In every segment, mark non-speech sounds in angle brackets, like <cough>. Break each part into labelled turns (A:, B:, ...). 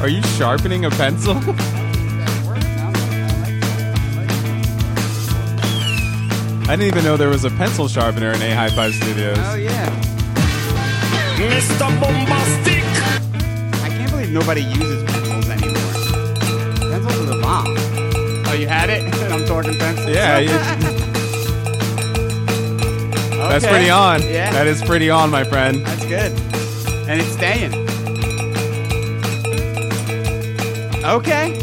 A: Are you sharpening a pencil? <laughs> I didn't even know there was a pencil sharpener in A High Five Studios.
B: Oh yeah.
C: Mr. Bombastic.
B: I can't believe nobody uses pencils anymore. Pencils are the bomb. Oh, you had it? <laughs> I'm talking pencils.
A: Yeah,
B: <laughs>
A: you- that's
B: Okay.
A: pretty on.
B: Yeah.
A: That is pretty on, my friend.
B: That's good. And it's staying. Okay.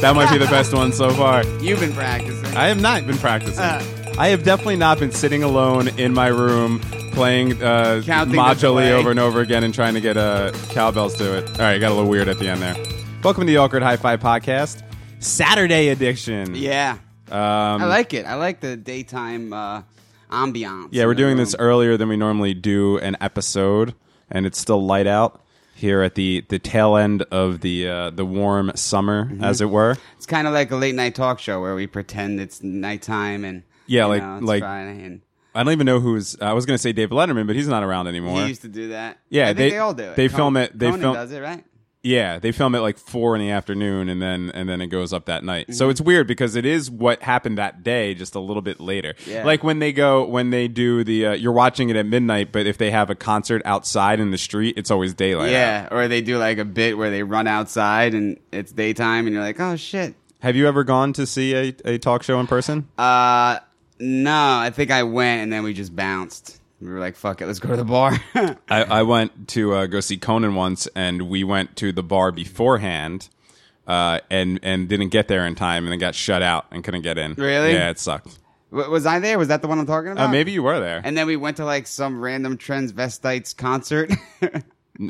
A: That might be the best one so far.
B: You've been practicing.
A: I have not been practicing.
B: Uh.
A: I have definitely not been sitting alone in my room playing uh,
B: Counting the
A: modulely
B: play.
A: over and over again and trying to get uh, cowbells to it. All right, got a little weird at the end there. Welcome to the Awkward Hi Fi Podcast, Saturday edition.
B: yeah.
A: Um,
B: I like it. I like the daytime uh, ambiance.
A: Yeah,
B: in
A: we're
B: the
A: doing this
B: room.
A: earlier than we normally do an episode, and it's still light out here at the, the tail end of the uh, the warm summer,
B: Mm-hmm.
A: as it were.
B: It's kind of like a late night talk show where we pretend it's nighttime and
A: Yeah,
B: you
A: like-
B: know, it's
A: like-
B: Friday and
A: I don't even know who's. I was going to say David Letterman, but he's not around anymore.
B: he used to do that.
A: Yeah,
B: I think
A: they-
B: they, all do it.
A: they
B: Con-
A: film it- they
B: Conan
A: film-
B: does it right.
A: Yeah, they film it like four in the afternoon, and then and then it goes up that night.
B: Mm-hmm.
A: So it's weird because it is what happened that day, just a little bit later.
B: Yeah.
A: Like when they go when they do the uh, you're watching it at midnight, but if they have a concert outside in the street, it's always daylight. out.
B: Yeah, or they do like a bit where they run outside and it's daytime and you're like, oh shit.
A: Have you ever gone to see a, a talk show in person?
B: Uh, no, I think I went and then we just bounced. We were like, fuck it, let's go to the bar. <laughs>
A: I, I went to uh, go see Conan once, and we went to the bar beforehand, uh, and and didn't get there in time, and then got shut out and couldn't get in.
B: Really?
A: Yeah, it sucked.
B: W- was I there? Was that the one I'm talking
A: Uh,
B: about?
A: maybe you were there.
B: And then we went to like some random transvestites concert. <laughs>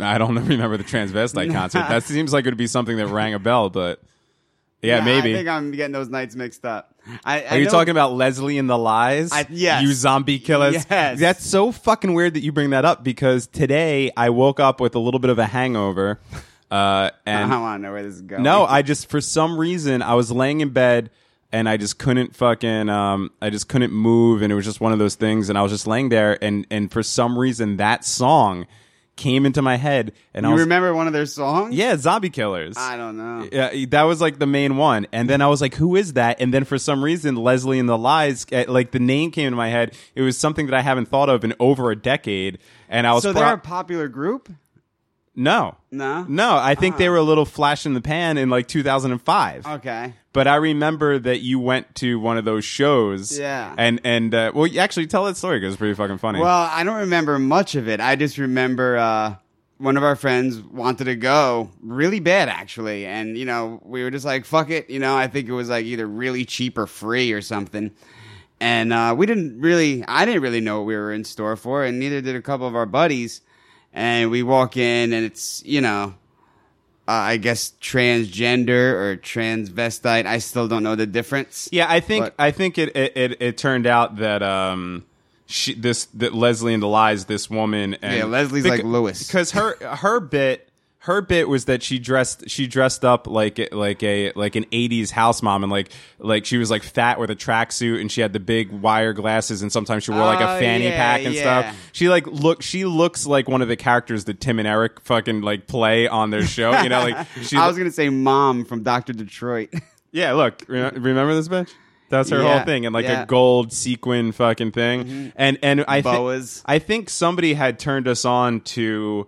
A: I don't <laughs> remember the transvestite concert. That seems like it would be something that rang a bell, but yeah,
B: I
A: maybe.
B: think I'm getting those nights mixed up. I,
A: Are you talking about Leslie and the Lies?
B: I- yes.
A: You zombie killers.
B: Yes.
A: That's so fucking weird that you bring that up because today I woke up with a little bit of a hangover. Uh,
B: I
A: and
B: don't want to know where this is going.
A: No, I just for some reason I was laying in bed and I just couldn't fucking um I just couldn't move and it was just one of those things and I was just laying there and and for some reason that song came into my head and I
B: you
A: was
B: remember one of their songs?
A: yeah, Zombie Killers.
B: I don't know.
A: Yeah, that was like the main one, and then I was like, "Who is that?" And then for some reason, Leslie and the Lies, eh, like the name came into my head. It was something that I haven't thought of in over a decade, and I was
B: So
A: pro-
B: they're a popular group.
A: no,
B: No? Ah.
A: no. I think they were a little flash in the pan in like 2005.
B: Okay.
A: But I remember that you went to one of those shows.
B: Yeah.
A: And and uh, well, you actually tell that story because it's pretty fucking funny.
B: Well, I don't remember much of it. I just remember uh, one of our friends wanted to go really bad, actually. And, you know, we were just like, fuck it. You know, I think it was like either really cheap or free or something. And uh, we didn't really, I didn't really know what we were in store for, and neither did a couple of our buddies. And we walk in, and it's, you know, uh, I guess transgender or transvestite. I still don't know the difference.
A: yeah, I think
B: But-
A: I think it it, it, it turned out that um she this that Leslie and the lies this woman and
B: Yeah, Leslie's like Lewis.
A: because her her bit. Her bit was that she dressed she dressed up like a- like a like an '80s house mom and like like she was like fat with a tracksuit and she had the big wire glasses and sometimes she wore like a
B: Oh,
A: fanny
B: yeah,
A: pack and
B: yeah.
A: stuff. She like look. She looks like one of the characters that Tim and Eric fucking like play on their show. You know,
B: <laughs>
A: like she.
B: I was going to say mom from Dr. Detroit. <laughs>
A: yeah, look. re- remember this bitch? That's her
B: Yeah,
A: whole thing, and like
B: yeah. Mm-hmm.
A: a gold sequin fucking thing. And and I think
B: Boas.
A: I think somebody had turned us on to.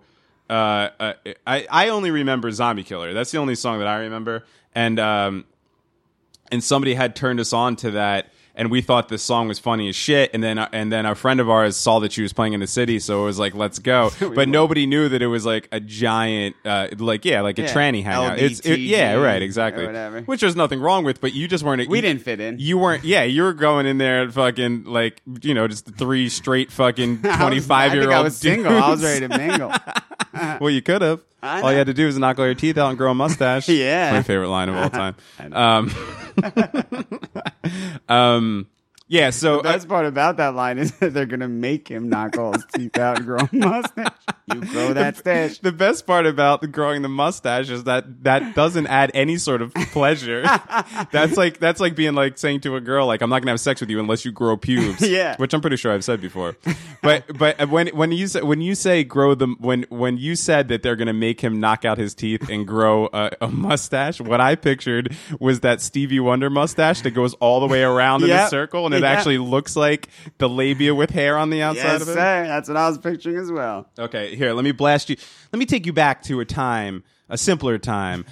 A: Uh, uh, I I only remember Zombie Killer. That's the only song that I remember. And um, and somebody had turned us on to that and we thought this song was funny as shit and then and then a friend of ours saw that she was playing in the city so it was like let's
B: <laughs>
A: go but nobody knew that it was like a giant uh, like yeah like a
B: Yeah,
A: tranny hangout it's it, yeah
B: LDTG
A: right exactly
B: or whatever.
A: which there's nothing wrong with but you just weren't
B: We
A: you-
B: didn't fit in.
A: you weren't yeah you were going in there and fucking like you know just three straight
B: <laughs>
A: fucking 25 year old
B: <laughs> I was single. I was ready to mingle.
A: <laughs> well, you could have.
B: I
A: All you
B: know.
A: had to do was knock all your teeth out and grow a mustache.
B: <laughs> Yeah. <laughs>
A: my favorite line of all time. <laughs> um, um, yeah. So uh,
B: Best <laughs> part about that line is that they're gonna make him knock all his teeth out and grow a mustache. You grow <laughs> that stash.
A: the best part about the growing the mustache is that that doesn't add any sort of
B: <laughs>
A: pleasure. that's like that's like being like saying to a girl like I'm not gonna have sex with you unless you grow pubes.
B: <laughs> Yeah.
A: which I'm pretty sure I've said before. But but when when you say, when you say grow them when when you said that they're gonna make him knock out his teeth and grow a, a mustache, what I pictured was that Stevie Wonder mustache that goes all the way around in a
B: Yep.
A: circle and it
B: Yeah.
A: actually looks like the labia with hair on the outside
B: Yes,
A: of
B: sir.
A: it.
B: That's what I was picturing as well.
A: Okay, here, let me blast you. Let me take you back to a time, a simpler time,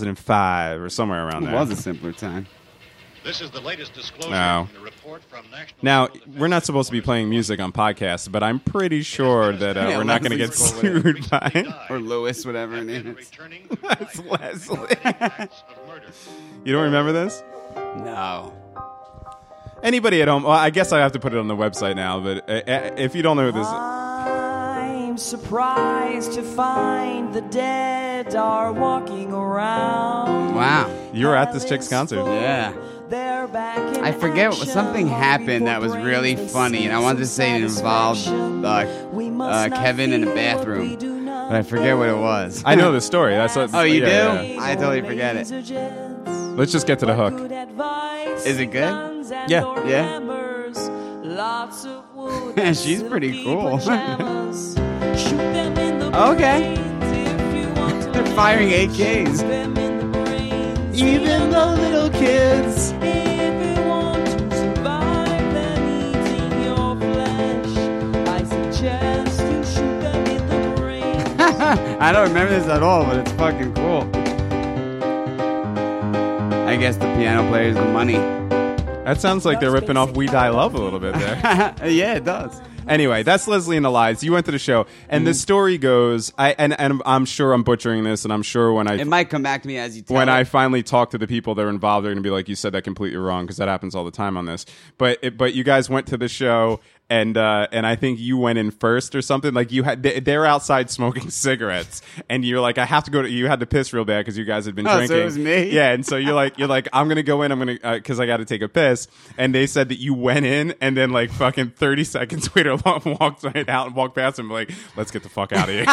A: 2005 or somewhere around
B: It
A: there.
B: was a simpler time.
D: This is the latest disclosure
A: No.
D: in the report from National.
A: Now, we're not supposed to be playing music on podcasts, but I'm pretty
B: <laughs>
A: sure that uh,
B: Yeah,
A: we're not going to
B: Leslie's
A: get
B: cool with
A: sued
B: <laughs>
A: by
B: Or Lewis, whatever it is.
D: returning
A: <laughs> It's Leslie.
D: acts of murder.
A: You don't remember this?
B: No.
A: Anybody at home? Well, I guess I have to put it on the website now, but uh, uh, if you don't know who this
E: I'm surprised to find the dead are walking around.
B: Wow.
A: you were at this chick's concert.
B: Yeah.
E: They're back in
B: I forget
E: action.
B: something happened that was really
E: People
B: funny, and I wanted to say it involved
E: satisfaction. We
B: uh,
E: must
B: uh,
E: not
B: Kevin in a
E: feel what we
B: bathroom,
E: do not
B: but I forget what it was.
A: I know the story. That's what,
B: Oh, you
A: yeah,
B: do?
A: yeah.
B: I totally forget it.
E: Laser jets.
A: Let's just get to the hook.
E: Good advice,
B: Is it good?
E: guns and
A: Yeah.
E: or
B: Yeah.
E: hammers, lots of wood
B: <laughs> Yeah,
E: and
B: she's pretty
E: silky
B: cool.
E: pajamas. Shoot them in the
B: <laughs> Okay.
E: brains if you want to
B: <laughs> They're firing
E: live.
B: AKs.
E: Shoot them in the brains
B: Even the little kids.
E: if you want to survive, then eating your flesh. I suggest you shoot them in the brains.
B: <laughs> I don't remember this at all, but it's fucking cool. I guess the piano player's the money. <laughs>
A: That sounds like they're ripping off We Die Love a little bit there. <laughs>
B: yeah, it does.
A: Anyway, that's Leslie and the Lies. You went to the show, and the story goes. I and, and I'm sure I'm butchering this, and I'm sure when I
B: It might come back to me as you tell
A: when
B: it.
A: I finally talk to the people that are involved, they're going to be like, "You said that completely wrong," because that happens all the time on this. But it, but you guys went to the show, and uh, and I think you went in first or something. Like you had they, they're outside smoking <laughs> cigarettes, and you're like, "I have to go to." You had to piss real bad because you guys had been
B: Oh, so it
A: drinking.
B: was me? <laughs>
A: Yeah, and so you're like you're like I'm gonna go in. I'm gonna because I got to take a piss. And they said that you went in, and then like fucking 30 <laughs> seconds later, walked right out and walked past him. Like, let's get the fuck out of here.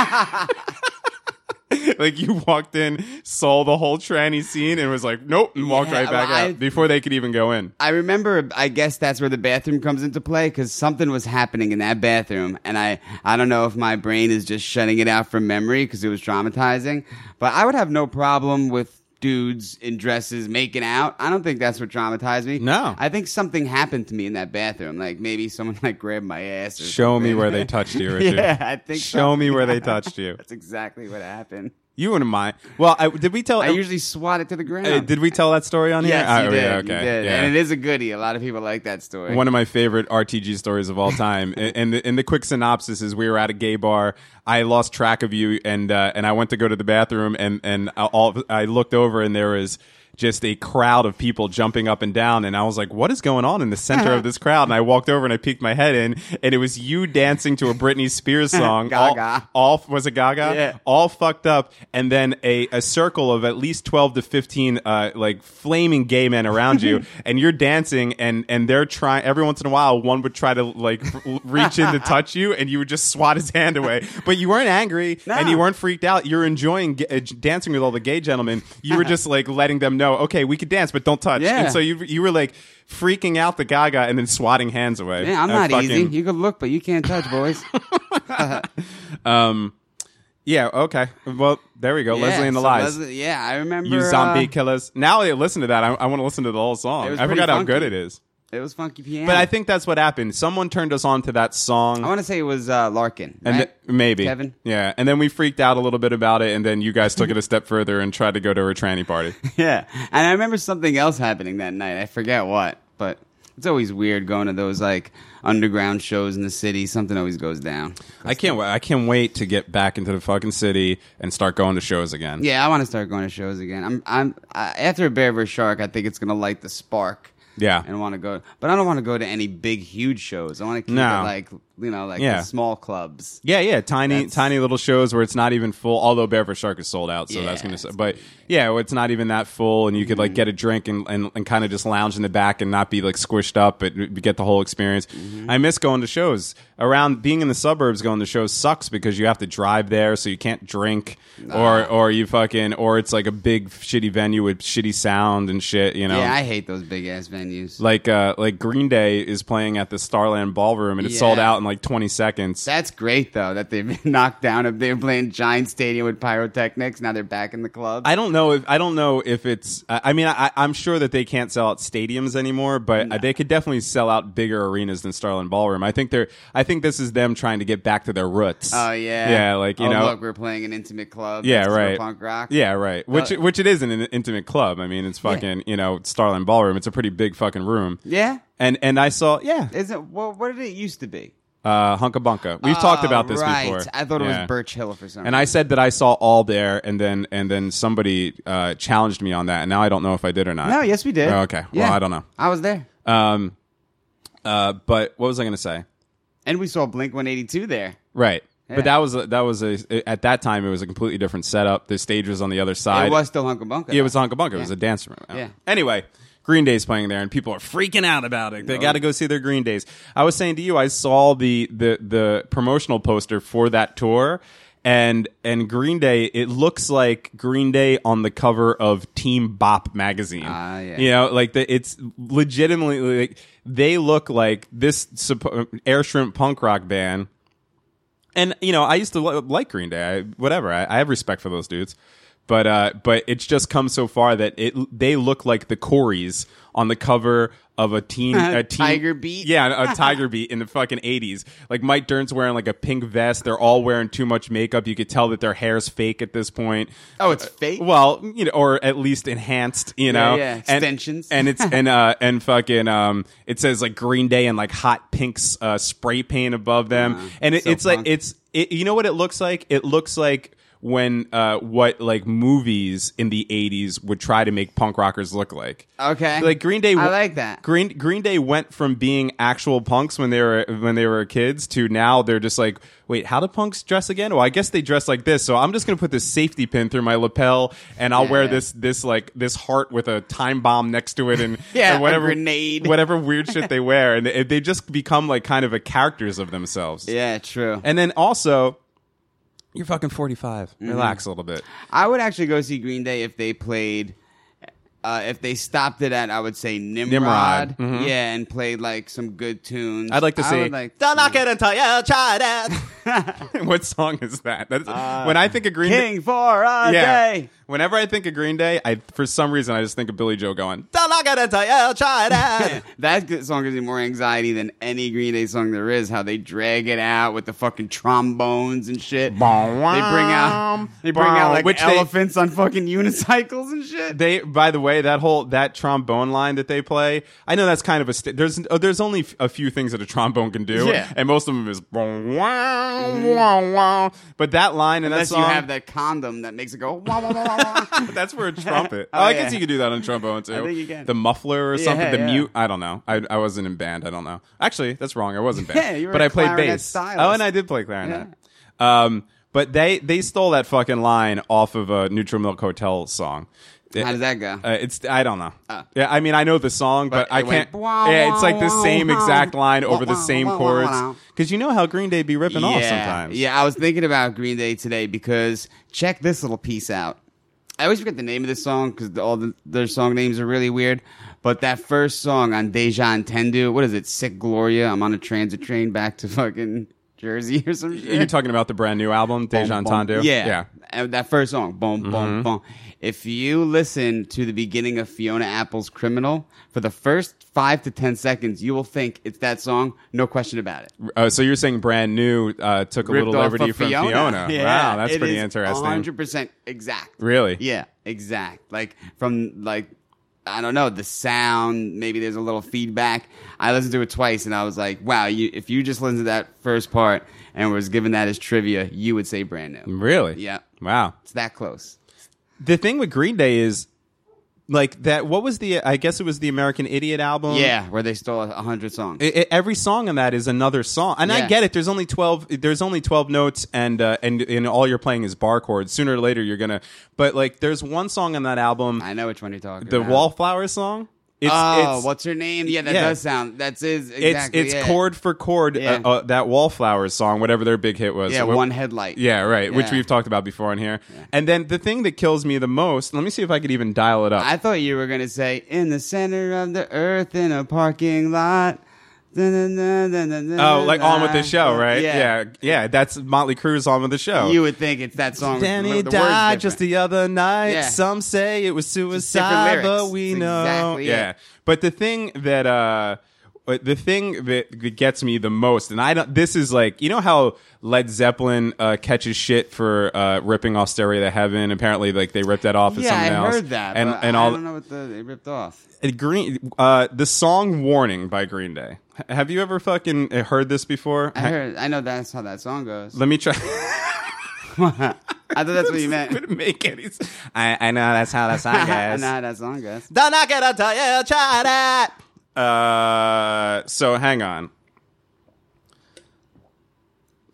A: <laughs> like you walked in, saw the whole tranny scene, and was like, nope, and walked
B: Yeah,
A: right back
B: well, I-
A: out before they could even go in.
B: I remember. I guess that's where the bathroom comes into play because something was happening in that bathroom, and I I don't know if my brain is just shutting it out from memory because it was traumatizing. But I would have no problem with dudes in dresses making out. I don't think that's what traumatized me.
A: No.
B: I think something happened to me in that bathroom. Like maybe someone <laughs> like grabbed my ass. Or
A: Show me
B: something.
A: where
B: <laughs>
A: they touched you, Richard.
B: yeah, I think
A: Show
B: so.
A: me where they touched
B: <laughs>
A: you.
B: That's exactly what happened.
A: You and mine. Well, I, did we tell?
B: I usually swat it to the ground.
A: uh, did we tell that story on
B: Yes,
A: here?
B: you,
A: Oh,
B: did.
A: yeah,
B: you did.
A: yeah.
B: And it is a goodie. A lot of people like that story.
A: One of my favorite RTG stories
B: <laughs>
A: of all time. and and the, and the quick synopsis is: we were at a gay bar. I lost track of you, and uh, and I went to go to the bathroom, and and I- all I looked over, and there was just a crowd of people jumping up and down, and I was like, "What is going on in the center
B: <laughs>
A: of this crowd?" And I walked over and I peeked my head in, and it was you dancing to a Britney
B: <laughs>
A: Spears song.
B: Gaga.
A: All, all was it Gaga?
B: Yeah.
A: All fucked up, and then a, a circle of at least twelve to fifteen uh, like flaming gay men around you,
B: <laughs>
A: and you're dancing, and and they're trying. Every once in a while, one would try to like r- reach
B: <laughs>
A: in to touch you, and you would just swat his hand away. But you weren't angry, and you weren't freaked out. You're enjoying g- uh, j- dancing with all the gay gentlemen. You were just like letting them know, okay, we could dance, but don't touch.
B: Yeah.
A: And so you you were like freaking out the Gaga, and then swatting hands away.
B: Yeah, I'm
A: Uh,
B: not
A: fucking-
B: easy. You can look, but you can't
A: <laughs>
B: touch, boys.
A: Yeah. Okay. Well, there we go. Leslie
B: Yeah,
A: and the
B: so
A: lies.
B: Leslie- yeah, I remember.
A: You zombie
B: uh,
A: killers. Now I listen to that. I, I want to listen to the whole song.
B: It was
A: I
B: pretty
A: forgot how
B: funky.
A: good it is.
B: it was funky piano.
A: But I think that's what happened. Someone turned us on to that song.
B: I want to say it was uh, Larkin.
A: and
B: right?
A: th- maybe
B: Kevin. <laughs>
A: Yeah. And then we freaked out a little bit about it. And then you guys took it a step further and tried to go to a tranny party.
B: yeah, and I remember something else happening that night. I forget what, but it's always weird going to those like underground shows in the city. Something always goes down.
A: <laughs> I can't. wa- I can't wait to get back into the fucking city and start going to shows again.
B: Yeah, I want to start going to shows again. I'm, I'm I, after a bear versus shark. I think it's gonna light the spark
A: Yeah.
B: and want to go. But I don't want to go to any big, huge shows. I want to keep
A: No.
B: it like you know, like
A: Yeah.
B: the small clubs.
A: Yeah, yeah, tiny,
B: That's-
A: tiny little shows where it's not even full. Although Bear for Shark is sold out, so that's
B: Yeah,
A: gonna. But yeah, where it's not even that full, and you could like get a
B: Mm-hmm.
A: drink and, and, and kind of just lounge in the back and not be like squished up, but get the whole experience.
B: Mm-hmm.
A: I miss going to shows around. Being in the suburbs, going to shows sucks because you have to drive there, so you can't drink, or or you fucking, or it's like a big shitty venue with shitty sound and shit. You know,
B: Yeah, I hate those big ass venues.
A: like uh, like Green Day is playing at the Starland Ballroom, and it's sold
B: Yeah.
A: out in like twenty seconds.
B: That's great though that they've been <laughs> knocked down. If they're playing Giant Stadium with pyrotechnics, now they're back in the club.
A: I don't know if I don't know if it's. I I mean, I, I'm sure that they can't sell out stadiums anymore, but they could definitely sell out bigger arenas than Starland Ballroom. I think they're. I think this is them trying to get back to their roots.
B: Oh yeah,
A: yeah, like you
B: Oh,
A: know,
B: look, we're playing an intimate club.
A: yeah,
B: This is for
A: right,
B: Punk rock.
A: yeah, right. Which
B: Uh,
A: which it isn't an intimate club. I mean, it's fucking you know Starland Ballroom. It's a pretty big fucking room.
B: yeah.
A: And and I saw yeah,
B: Is it? Well, what did it used to be?
A: uh, Hunka Bunka. We've talked
B: Oh,
A: about this
B: right.
A: before.
B: I thought it
A: Yeah.
B: was Birch Hill for some.
A: And I said that I saw all there, and then and then somebody uh, challenged me on that, and now I don't know if I did or not.
B: No, yes, we did.
A: Oh, okay. Well, I don't know.
B: I was there,
A: Um, uh, but what was I going to say?
B: and we saw Blink One Eighty Two there.
A: Right.
B: Yeah.
A: But that was a, that was a at that time it was a completely different setup. The stage was on the other side.
B: it was still Hunka Bunka.
A: Yeah, it was Honka Bunka. It was
B: Yeah.
A: a dance room.
B: Yeah.
A: Anyway, Green Day's playing there, and people are freaking out about it. They got to go see their Green Days. I was saying to you, I saw the the the promotional poster for that tour. And and Green Day, it looks like Green Day on the cover of Team Bop magazine.
B: Ah, yeah.
A: You know, like the, it's legitimately like they look like this suppo- Air Shrimp punk rock band and you know i used to li- like green day I, whatever I, I have respect for those dudes but uh but it's just come so far that it they look like the coreys on the cover of a
B: <laughs>
A: teen a teen,
B: Tiger Beat?
A: yeah
B: <laughs>
A: a tiger beat in the fucking 80s like mike dern's wearing like a pink vest they're all wearing too much makeup you could tell that their hair's fake at this point
B: Oh, it's fake.
A: Uh, well, you know, or at least enhanced, you know,
B: yeah,
A: And-
B: extensions.
A: and, it's and uh and fucking um, it says like Green Day and like hot pink s- uh, spray paint above them,
B: Uh-huh.
A: and it,
B: So
A: it's like
B: punk.
A: it's it, you know what it looks like? It looks like when uh what like movies in the '80s would try to make punk rockers look like.
B: okay,
A: Like Green Day,
B: I like that.
A: Green Green Day went from being actual punks when they were when they were kids to now they're just like, wait, how do punks dress again? Well, I guess they dress like this. So I'm just gonna put this safety pin through my lapel, and I'll
B: Yeah,
A: wear
B: yeah.
A: this this like this heart with a time bomb next to it, and
B: <laughs> Yeah,
A: and whatever
B: a grenade. <laughs>
A: whatever weird shit they wear, and they, they just become like kind of a characters of themselves.
B: yeah, true.
A: And then also, you're fucking 45.
B: Mm-hmm.
A: Relax a little bit.
B: I would actually go see Green Day if they played. Uh, if they stopped it at, I would say Nimrod,
A: Nimrod. Mhm.
B: yeah, and played like some good tunes.
A: I'd like to
B: I
A: say,
B: would like-
A: "Don't knock it until you try that."
B: <laughs>
A: <laughs> what song is that? That's,
B: Uh,
A: when I think of Green Day,
B: King for a
A: <laughs>
B: day.
A: Whenever I think of Green Day, I for some reason I just think of Billy Joe going, "Don't knock it until you try
B: <laughs>
A: that."
B: That g- song gives me more anxiety than any Green Day song there is. How they drag it out with the fucking trombones and shit. They bring out they bring out like
A: Which they-
B: elephants on fucking unicycles and shit.
A: they by the way that whole that trombone line that they play i know that's kind of a st- there's uh, there's only f- a few things that a trombone can do
B: Yeah.
A: and most of them is but that line and that
B: Mm-hmm. Unless
A: song
B: you have that condom that makes it go. Wah, wah, wah, wah, wah.
A: <laughs> But that's
B: <laughs>
A: for a trumpet.
B: Oh,
A: oh, I
B: yeah.
A: guess you could do that on trombone too.
B: I think you can.
A: The muffler or something. The
B: yeah.
A: mute. I don't know. I, I wasn't in band. I don't know. Actually, that's wrong. I
B: <laughs>
A: wasn't band.
B: Yeah, you were
A: but
B: a
A: I played
B: clarinet
A: bass.
B: stylist.
A: Oh, and I did play clarinet. Um, but they they stole that fucking line off of a Neutral Milk Hotel song.
B: How does that go? Ah.
A: Uh, it's I don't know. yeah, I mean I know the song, but,
B: But
A: I
B: it went,
A: can't.
B: "Wah,
A: yeah, it's like the
B: wah,
A: same
B: wah,
A: exact
B: wah,
A: line
B: wah,
A: over the
B: wah,
A: same
B: wah, wah,
A: chords.
B: wah.
A: Because you know how Green Day be ripping off sometimes.
B: Yeah, I was thinking about Green Day today because check this little piece out. I always forget the name of this song because all the, their song names are really weird. But that first song on Deja Intendu, what is it? Sick Gloria. I'm on a transit train back to fucking Jersey or some shit.
A: You're talking about the brand new album, Deja
B: Boom,
A: Tandu.
B: boom. Yeah. And that first song, boom, boom,
A: Mm-hmm.
B: boom. If you listen to the beginning of Fiona Apple's Criminal, for the first five to 10 seconds, you will think it's that song, no question about it.
A: Oh, so you're saying brand new uh, took a
B: ripped
A: little
B: off
A: liberty
B: of
A: from
B: Fiona.
A: Fiona?
B: <laughs>
A: wow, that's
B: it
A: pretty
B: is
A: interesting.
B: 100% exact.
A: Really?
B: Yeah, exact. Like from like I don't know, the sound, maybe there's a little feedback. I listened to it twice and I was like, wow, you if you just listened to that first part and was given that as trivia, you would say brand new.
A: Really?
B: Yeah.
A: Wow.
B: It's that close.
A: The thing with Green Day is like that. What was the? I guess it was the American Idiot album.
B: yeah, where they stole a hundred songs.
A: I- I- every song on that is another song, and I
B: Yeah.
A: get it. There's only twelve. There's only twelve notes, and uh, and and all you're playing is bar chords. Sooner or later, you're gonna. But like, there's one song on that album,
B: I know which one you're talking
A: the
B: about.
A: Wallflower song. It's,
B: oh,
A: it's,
B: what's her name? Yeah, that
A: yeah.
B: does sound. That's is
A: it's
B: exactly
A: it's
B: it.
A: chord for chord.
B: Yeah.
A: Uh, uh, that Wallflower song, whatever their big hit was.
B: Yeah,
A: What-
B: one headlight.
A: Yeah, right. Which
B: Yeah.
A: we've talked about before on here. And then the thing that kills me the most. Let me see if I could even dial it up.
B: I thought you were gonna say in the center of the earth in a parking lot.
A: Oh,
B: Oh,
A: like on with the show, right?
B: Yeah.
A: yeah, yeah, That's Motley Crue's on with the show.
B: You would think it's that song.
A: Danny
B: with the
A: died
B: words
A: just
B: different.
A: the other night.
B: Yeah.
A: Some say it was suicide,
B: different
A: but
B: lyrics.
A: we
B: It's
A: know.
B: exactly it.
A: yeah. But the thing that uh but the thing that that gets me the most, and I don't. This is like you know how Led Zeppelin uh, catches shit for uh, ripping off "Stairway to Heaven." Apparently, like they ripped that off. as
B: yeah,
A: someone
B: I
A: else.
B: heard that.
A: and
B: but
A: and
B: I
A: all
B: don't know what the, they ripped off.
A: uh, Green, uh, the song "Warning" by Green Day. H- Have you ever fucking eh, heard this before?
B: I heard. I know that's how that song goes.
A: Let me <laughs> try.
B: I thought that's
A: <laughs>
B: what you meant.
A: Wouldn't make any. s- I, I know that's how that
B: <laughs> I
A: <laughs> song
B: know
A: goes.
B: how that song goes.
A: Don't knock it until you try that. Uh, so hang on.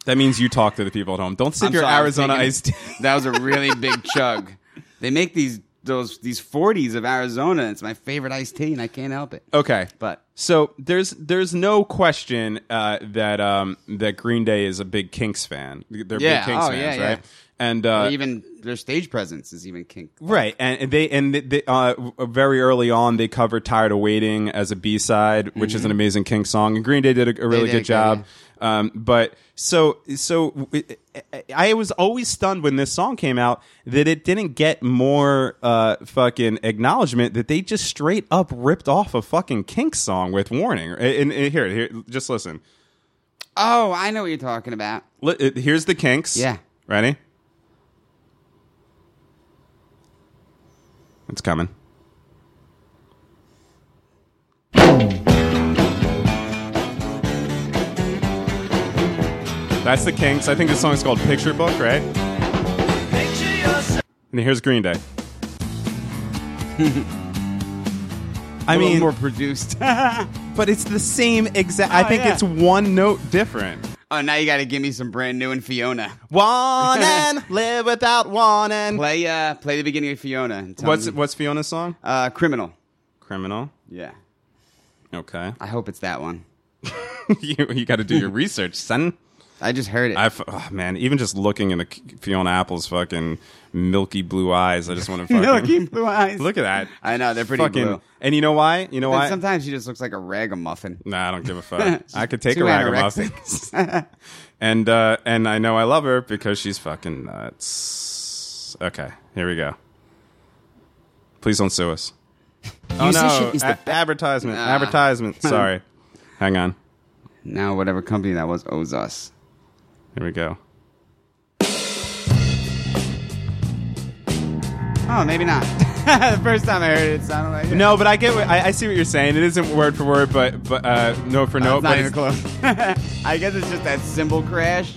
A: That means you talk to the people at home. Don't sip
B: I'm
A: your
B: sorry, I was
A: Arizona
B: thinking-
A: iced tea.
B: <laughs> That was a really big chug. They make these those these forties of Arizona. It's my favorite iced tea, and I can't help it.
A: <laughs> Okay,
B: But
A: So there's there's no question uh, that um, that Green Day is a big Kinks fan. They're big
B: Yeah.
A: Kinks
B: Oh,
A: fans,
B: yeah,
A: right?
B: yeah.
A: And uh,
B: even their stage presence is even kink.
A: Right, and and they and they- they, uh, w- very early on they covered "Tired of Waiting" as a B side, which is an amazing King song, and Green Day did a, a really
B: Mm-hmm. did a
A: good
B: good-
A: job. Um, but so so it, I was always stunned when this song came out that it didn't get more uh, fucking acknowledgement that they just straight up ripped off a fucking Kink song with "Warning." And, and here, here, just listen.
B: Oh, I know what you're talking about.
A: Li- uh, Here's the Kinks.
B: Yeah.
A: ready? It's coming. That's the Kinks. I think this song is called Picture Book, right? And here's Green
B: <laughs>
A: Day. I
B: A little
A: mean,
B: more produced. <laughs> Oh,
A: but it's the same exact. I think
B: yeah.
A: it's one note different.
B: oh, now you got to give me some brand new and Fiona. <laughs>
A: One and live without one and.
B: Play uh, play the beginning of Fiona. And tell
A: What's
B: me-
A: what's Fiona's song?
B: uh, criminal?
A: Criminal.
B: Yeah,
A: Okay.
B: I hope it's that one.
A: <laughs> you you got to do your research, son.
B: I just heard it. <laughs>
A: I f- oh, man, even just looking in the K- Fiona Apple's fucking milky blue eyes, I just want to fucking
B: <laughs> Milky blue
A: <laughs>
B: eyes.
A: look at that.
B: I know they're pretty
A: fucking,
B: blue.
A: And you know why? You know
B: And
A: why?
B: sometimes she just looks like a ragamuffin.
A: Nah, I don't
B: <laughs>
A: give a fuck. <laughs> I could take a
B: Too
A: ragamuffin.
B: anorexic.
A: and uh, and I know I love her because she's fucking nuts. Okay, here we go. Please don't sue us. Oh
B: Musician
A: no!
B: is the
A: A- advertisement.
B: Ah. <laughs>
A: Advertisement. Sorry. Hang on.
B: <laughs> now whatever company that was owes us.
A: Here we go.
B: Oh, maybe not. <laughs> the first time I heard it, it sounded like
A: No, but I get. What, I, I see what you're saying. It isn't word for word, but but uh, note for note.
B: it's not
A: but
B: even
A: it's-
B: close. <laughs> I guess it's just that cymbal crash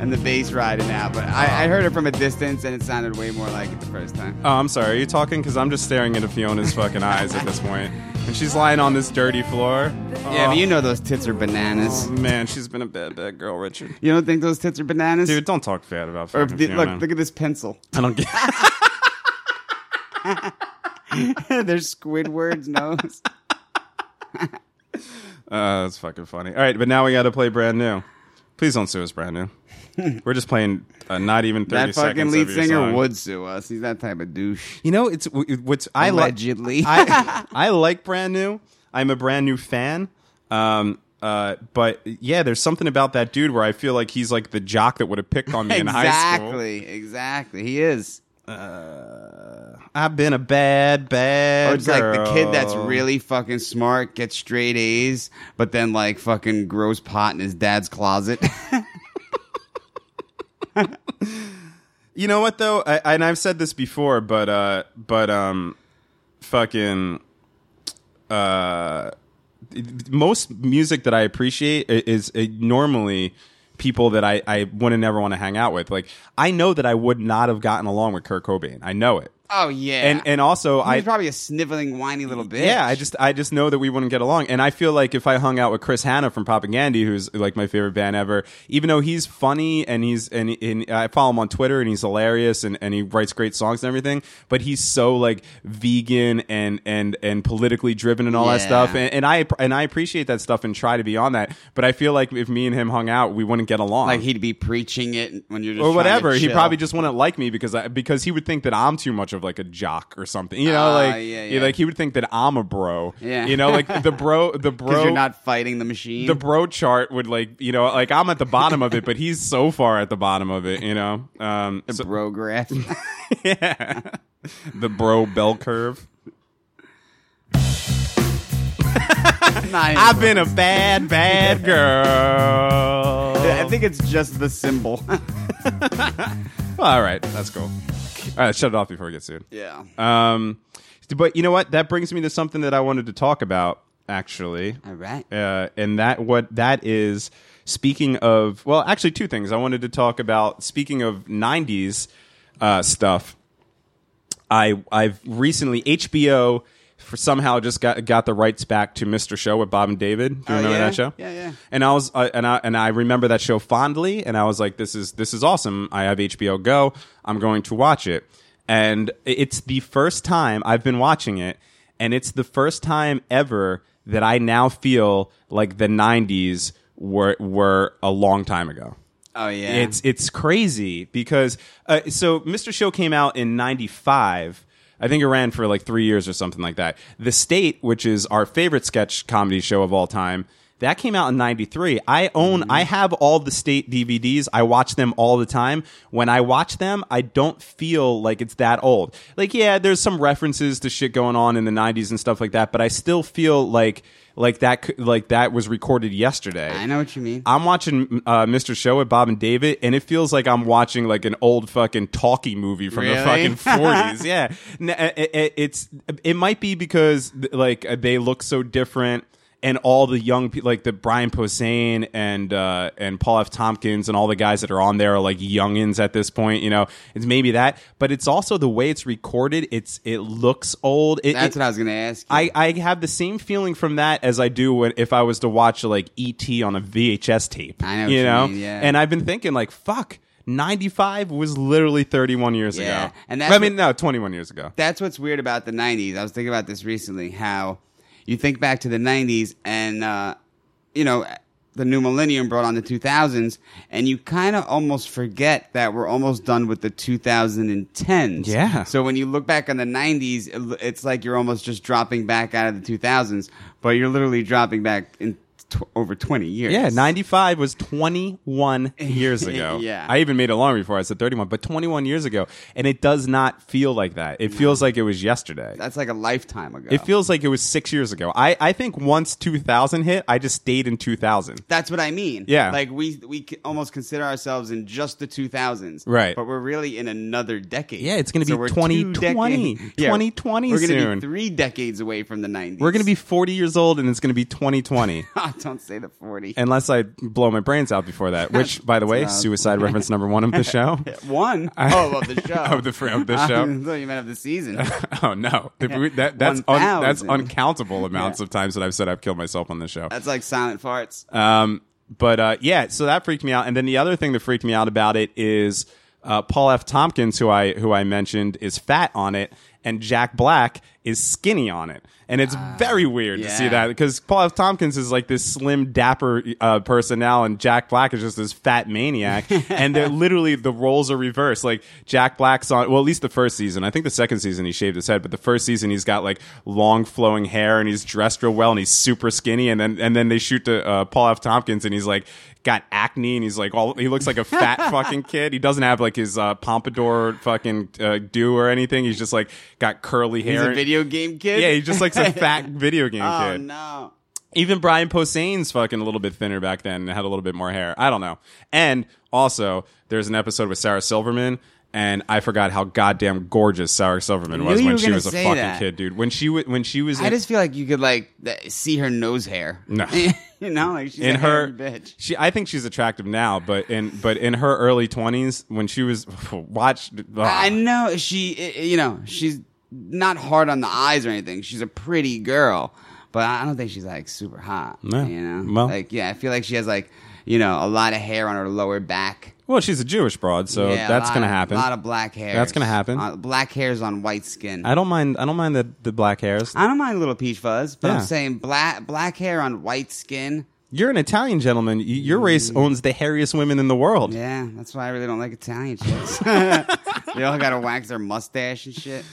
B: and the bass riding out. But I, I heard it from a distance, and it sounded way more like it the first time.
A: oh, I'm sorry. Are you talking? Because I'm just staring into Fiona's fucking eyes at this point, and she's lying on this dirty floor. Oh,
B: Yeah, but you know those tits are bananas.
A: Man, she's been a bad bad girl, Richard.
B: You don't think those tits are bananas?
A: Dude, don't talk bad about
B: or
A: fucking
B: the-
A: Fiona.
B: look, look at this pencil. <laughs>
A: I don't get.
B: There's
A: <laughs>
B: Squidward's nose.
A: Uh, that's fucking funny. All right, but now we got to play brand new. Please don't sue us, brand
B: <laughs>
A: new. We're just playing uh, not even thirty
B: That fucking
A: seconds
B: lead
A: of your
B: singer
A: song.
B: would sue us. He's that type of douche.
A: You know, it's what's I like. <laughs>
B: Allegedly. <laughs>
A: I I like brand new. I'm a brand new fan. Um, uh, but yeah, there's something about that dude where I feel like he's like the jock that would have picked on me in high school.
B: exactly, exactly. He is.
A: I've been a bad, bad.
B: Or it's like the kid that's
A: girl.
B: really fucking smart, gets straight A's, but then like fucking grows pot in his dad's closet. <laughs>
A: You know what though? I, and I've said this before, but uh, but um, fucking uh, most music that I appreciate i- is uh, normally people that I I wouldn't ever want to hang out with. Like I know that I would not have gotten along with Kurt Cobain. I know it.
B: Oh yeah,
A: And and also
B: he's
A: I
B: probably a sniveling, whiny little bitch.
A: Yeah, I just I just know that we wouldn't get along, and I feel like if I hung out with Chris Hanna from Propaganda, who's like my favorite band ever, even though he's funny and he's and, and I follow him on Twitter and he's hilarious and, and he writes great songs and everything, but he's so like vegan and and and politically driven and all that
B: Yeah.
A: stuff, and, and I and I appreciate that stuff and try to be on that, but I feel like if me and him hung out, we wouldn't get along.
B: like he'd be preaching it when you're just
A: or
B: trying to
A: whatever, he
B: chill.
A: probably just wouldn't like me because I because he would think that I'm too much of like a jock or something. You know,
B: Ah,
A: like
B: yeah,
A: he-
B: yeah.
A: like he would think that I'm a bro.
B: Yeah.
A: you know, like
B: <laughs>
A: the bro, the
B: 'Cause
A: bro,
B: you're not fighting the machine.
A: the bro chart would like you know, like I'm at the bottom of it, but he's so far at the bottom of it. You know, um, so- <laughs>
B: bro <laughs> graph.
A: yeah, the bro bell curve. I've been a bad, bad girl.
B: I think it's just the symbol. <laughs>
A: All right, that's cool. All right, shut it off before we get sued.
B: yeah.
A: Um, but you know what? That brings me to something that I wanted to talk about, actually.
B: All right.
A: Uh, and that what that is. Speaking of, well, actually, two things I wanted to talk about. Speaking of '90s uh, stuff, I I've recently HBO for somehow just got got the rights back to Mr. Show with Bob and David. Do you
B: Oh,
A: remember
B: yeah?
A: that show?
B: Yeah, yeah.
A: And I was uh, and I and I remember that show fondly, and I was like, "This is this is awesome. I have HBO Go. I'm going to watch it." And it's the first time I've been watching it, and it's the first time ever that I now feel like the '90s were were a long time ago.
B: Oh yeah.
A: It's it's crazy because uh, so Mr. Show came out in '95. I think it ran for like three years or something like that. The State, which is our favorite sketch comedy show of all time, that came out in '93. I own, I have all the State DVDs. I watch them all the time. When I watch them, I don't feel like it's that old. Like, yeah, there's some references to shit going on in the '90s and stuff like that, but I still feel like like that c- like that was recorded yesterday.
B: I know what you mean.
A: I'm watching uh, Mr. Show with Bob and David, and it feels like I'm watching like an old fucking talkie movie from the
B: Really?
A: fucking 40s. <laughs> yeah, N- uh, it, it- it's it might be because th- like uh, they look so different, and all the young people, like the Brian Posehn and uh, and Paul F. Tompkins and all the guys that are on there are like youngins at this point. You know, it's maybe that, but it's also the way it's recorded. It's it looks old. It-
B: That's
A: it-
B: what I was gonna ask. You.
A: I, I have the same feeling from that as I do when, if I was to watch like ET on a VHS tape.
B: I know what
A: you
B: you
A: know,
B: mean, yeah.
A: and I've been thinking like, fuck, ninety five was literally thirty one years
B: Yeah,
A: ago,
B: and that's
A: I mean,
B: what-
A: no, twenty one years ago.
B: that's what's weird about the 90s. I was thinking about this recently how you think back to the 90s and, uh, you know, the new millennium brought on the 2000s, and you kind of almost forget that we're almost done with the 2010s.
A: Yeah.
B: So when you look back on the 90s, it l- it's like you're almost just dropping back out of the 2000s, but you're literally dropping back in tw- over 20 years.
A: Yeah, ninety five was twenty
B: <laughs>
A: one years ago.
B: Yeah.
A: I even made it long before I said thirty one, but twenty one years ago, and it does not feel like that. It feels like it was yesterday.
B: That's like a lifetime ago.
A: it feels like it was six years ago. I, I think once 2000 hit, I just stayed in 2000.
B: That's what I mean.
A: Yeah.
B: like we we c- almost consider ourselves in just the 2000s,
A: Right.
B: But we're really in another decade.
A: Yeah, it's gonna be
B: we're
A: 2020. <laughs>
B: two decades-
A: 2020
B: We're gonna
A: soon.
B: be three decades away from the 90s.
A: We're going
B: <laughs>
A: to be 40 years old, and it's going to be 2020.
B: Ah, Don't say the 40.
A: unless I blow my brains out before that. Which, by the way,
B: That's-
A: suicide reference number one of the show.
B: One.
A: <laughs>
B: oh, of the show.
A: Of the fr- of the show.
B: <laughs> I thought you meant of the
A: <laughs>
B: season.
A: oh no, If we- that- that's un, that's
B: 1,000.
A: uncountable amounts of times that I've said I've killed myself on this show.
B: That's like silent farts.
A: Um, but uh, yeah, so that freaked me out. And then the other thing that freaked me out about it is uh, Paul F. Tompkins, who I who I mentioned, is fat on it, and Jack Black is skinny on it. And it's very weird to see
B: yeah.
A: that because Paul F. Tompkins is like this slim, dapper uh, person now, and Jack Black is just this fat
B: <laughs>
A: maniac. and they're literally the roles are reversed. Like Jack Black's on, well, at least the first season. I think the second season he shaved his head, but the first season he's got like long flowing hair and he's dressed real well and he's super skinny. And then and then they shoot to uh, Paul F. Tompkins and he's like got acne and he's like all he looks like a
B: <laughs>
A: fat fucking kid. He doesn't have like his uh, pompadour fucking uh, do or anything. He's just like got curly hair.
B: He's a video game kid.
A: yeah, he's just like
B: <laughs>
A: some fat video game
B: Oh
A: kid.
B: no.
A: Even Brian Posehn's fucking a little bit thinner back then and had a little bit more hair. I don't know. And also, there's an episode with Sarah Silverman and I forgot how goddamn gorgeous Sarah Silverman
B: knew
A: was
B: you
A: when
B: were
A: she
B: gonna
A: was a
B: say
A: fucking
B: that.
A: kid, dude. When she wa- when she was
B: I
A: in,
B: just feel like you could like th- see her nose hair.
A: No.
B: <laughs> you know, like she's
A: in
B: a
A: her
B: hairy bitch.
A: she I think she's attractive now, but in but in her early twenties when she was <laughs> watched,
B: I I know she, i- you know, she's not hard on the eyes or anything. She's a pretty girl, but I don't think she's like super hot.
A: No.
B: You know,
A: Well-
B: like yeah, I feel like she has like you know a lot of hair on her lower back.
A: well, she's a Jewish broad, so
B: Yeah, a
A: Oh, that's
B: lot
A: gonna
B: of-
A: happen.
B: A lot of black hair. Uh,
A: That's gonna happen.
B: black hairs on white skin.
A: I don't mind. I don't mind the the black hairs.
B: I don't mind a little peach fuzz, but
A: Yeah.
B: I'm saying black black hair on white skin.
A: You're an Italian gentleman. Y- Your race
B: Mm.
A: owns the hairiest women in the world.
B: Yeah, that's why I really don't
A: <laughs>
B: like Italian chicks. they all gotta wax their mustache and shit.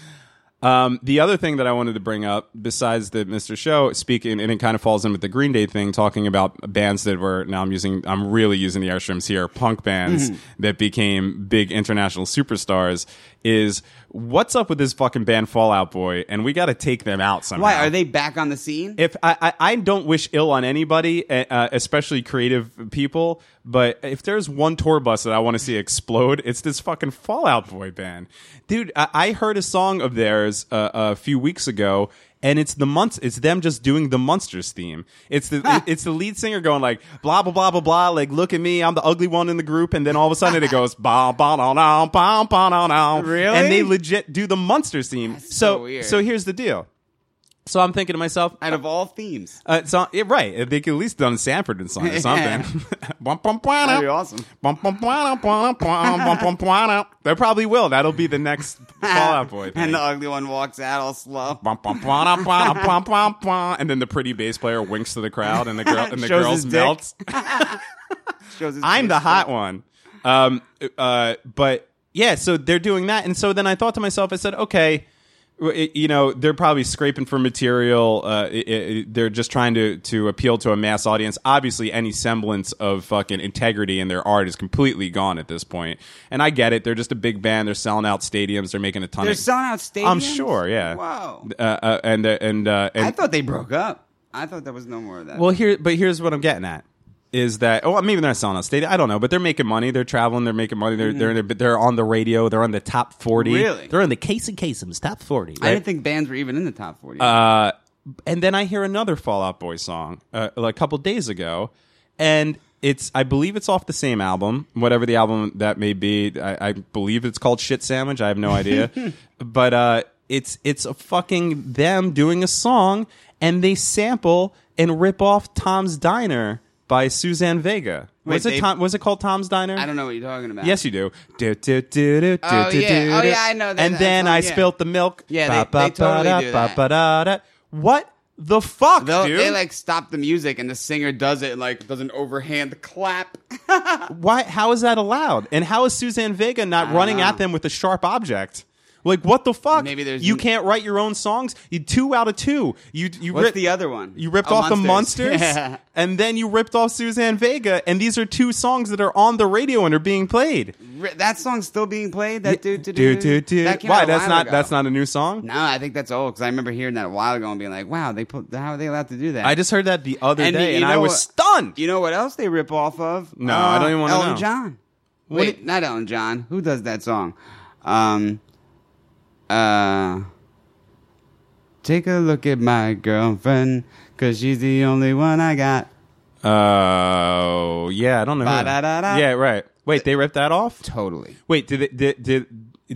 A: Um, the other thing that I wanted to bring up, besides the Mr. Show speaking, and it kind of falls in with the Green Day thing, talking about bands that were now I'm using, I'm really using the airstreams here, punk bands
B: Mm-hmm.
A: that became big international superstars. Is what's up with this fucking band Fallout Boy? And we got to take them out somehow.
B: Why are they back on the scene?
A: if I, I, I don't wish ill on anybody, uh, uh, especially creative people, but if there's one tour bus that I want to see explode, it's this fucking Fallout Boy band, dude. I, I heard a song of theirs uh, a few weeks ago, and it's the months. It's them just doing the monsters theme. It's the
B: Ah.
A: it- it's the lead singer going like blah blah blah blah blah. Like look at me, I'm the ugly one in the group, and then all of a sudden it goes <laughs> ba ba da da ba ba da da.
B: Really?
A: And they legit do the monsters theme.
B: so
A: so
B: weird.
A: so here's the deal. So I'm thinking to myself,
B: Out of all themes,
A: uh, so, yeah, right. They could at least done Sanford and Son or
B: <laughs> Yeah.
A: something. <laughs> Bum, bum, bwana.
B: that'd be awesome.
A: Bum, bum, bwana, bwana, bwana, bum, bum, bwana. They probably will. That'll be the next Fallout Boy thing.
B: <laughs> And the ugly one walks out all slow.
A: Bum, bum, bwana, bwana, bum, bum, bwana. And then the pretty bass player winks to the crowd, and the girl and the
B: <laughs> Shows
A: girls
B: his dick.
A: melts.
B: Shows his
A: I'm
B: face.
A: the hot one. Um, uh, but yeah, so they're doing that, and so then I thought to myself, I said, okay, w- it- you know, they're probably scraping for material. Uh, it, it, they're just trying to to appeal to a mass audience. Obviously, any semblance of fucking integrity in their art is completely gone at this point. And I get it; they're just a big band. They're selling out stadiums. They're making a ton.
B: They're
A: of,
B: selling out stadiums.
A: I'm sure. Yeah.
B: Wow.
A: Uh, uh, and uh, and uh, and
B: I thought they broke up. I thought there was no more of that.
A: well, here, but here's what I'm getting at is that oh maybe they're not selling out stadium I don't know but they're making money they're traveling they're making money they're they're they're on the radio they're on the top forty
B: Mm-hmm. Really?
A: they're in the Case and Kasem's top forty
B: I
A: right?
B: didn't think bands were even in the top forty.
A: uh, and then I hear another Fallout Boy song uh, a couple days ago and it's I believe it's off the same album whatever the album that may be I, I believe it's called Shit Sandwich I have no idea but uh, it's it's a fucking them doing a song and they sample and rip off Tom's Diner by Suzanne Vega. was
B: Wait,
A: it
B: they-
A: Tom, was it called Tom's Diner?
B: I don't know what you're talking about.
A: Yes, you do. Do, do, do, do, do,
B: Oh,
A: do,
B: yeah. Oh,
A: do.
B: yeah, I know that-
A: And
B: that
A: then
B: song,
A: I
B: yeah.
A: spilt the milk.
B: Yeah, they- they totally
A: da,
B: do
A: ba,
B: that.
A: ba, da, da. What the fuck,
B: They'll-
A: dude?
B: they like stop the music and the singer does it and like does an overhand clap.
A: Why? How is that allowed? And how is Suzanne Vega not running
B: know.
A: at them with a sharp object? Like what the fuck?
B: Maybe there's
A: you
B: n-
A: can't write your own songs. You two out of two. You you
B: What's
A: rip-
B: the other one?
A: You ripped
B: Oh,
A: off the
B: Monsters.
A: monsters,
B: <laughs> Yeah.
A: and then you ripped off Suzanne Vega. And these are two songs that are on the radio and are being played.
B: Ri- That song's still being played. That dude,
A: Dude, dude, dude.
B: That came out
A: Why?
B: a
A: That's
B: while
A: not
B: ago.
A: that's not a new song.
B: No, I think that's old because I remember hearing that a while ago and being like, "Wow, they put how are they allowed to do that?"
A: I just heard that the other
B: And
A: day,
B: you
A: and
B: know
A: I was
B: what-
A: stunned.
B: You know what else they rip off of?
A: No, I don't even wanna
B: Elton
A: know.
B: John.
A: What
B: Wait, not Elton John. Who does that song? Um, uh, take a look at my girlfriend, cause she's the only one I got.
A: Oh, yeah, I don't know. who-
B: Ba-da-da-da.
A: Yeah, right. Wait, they ripped that off?
B: Totally.
A: Wait, did they, did did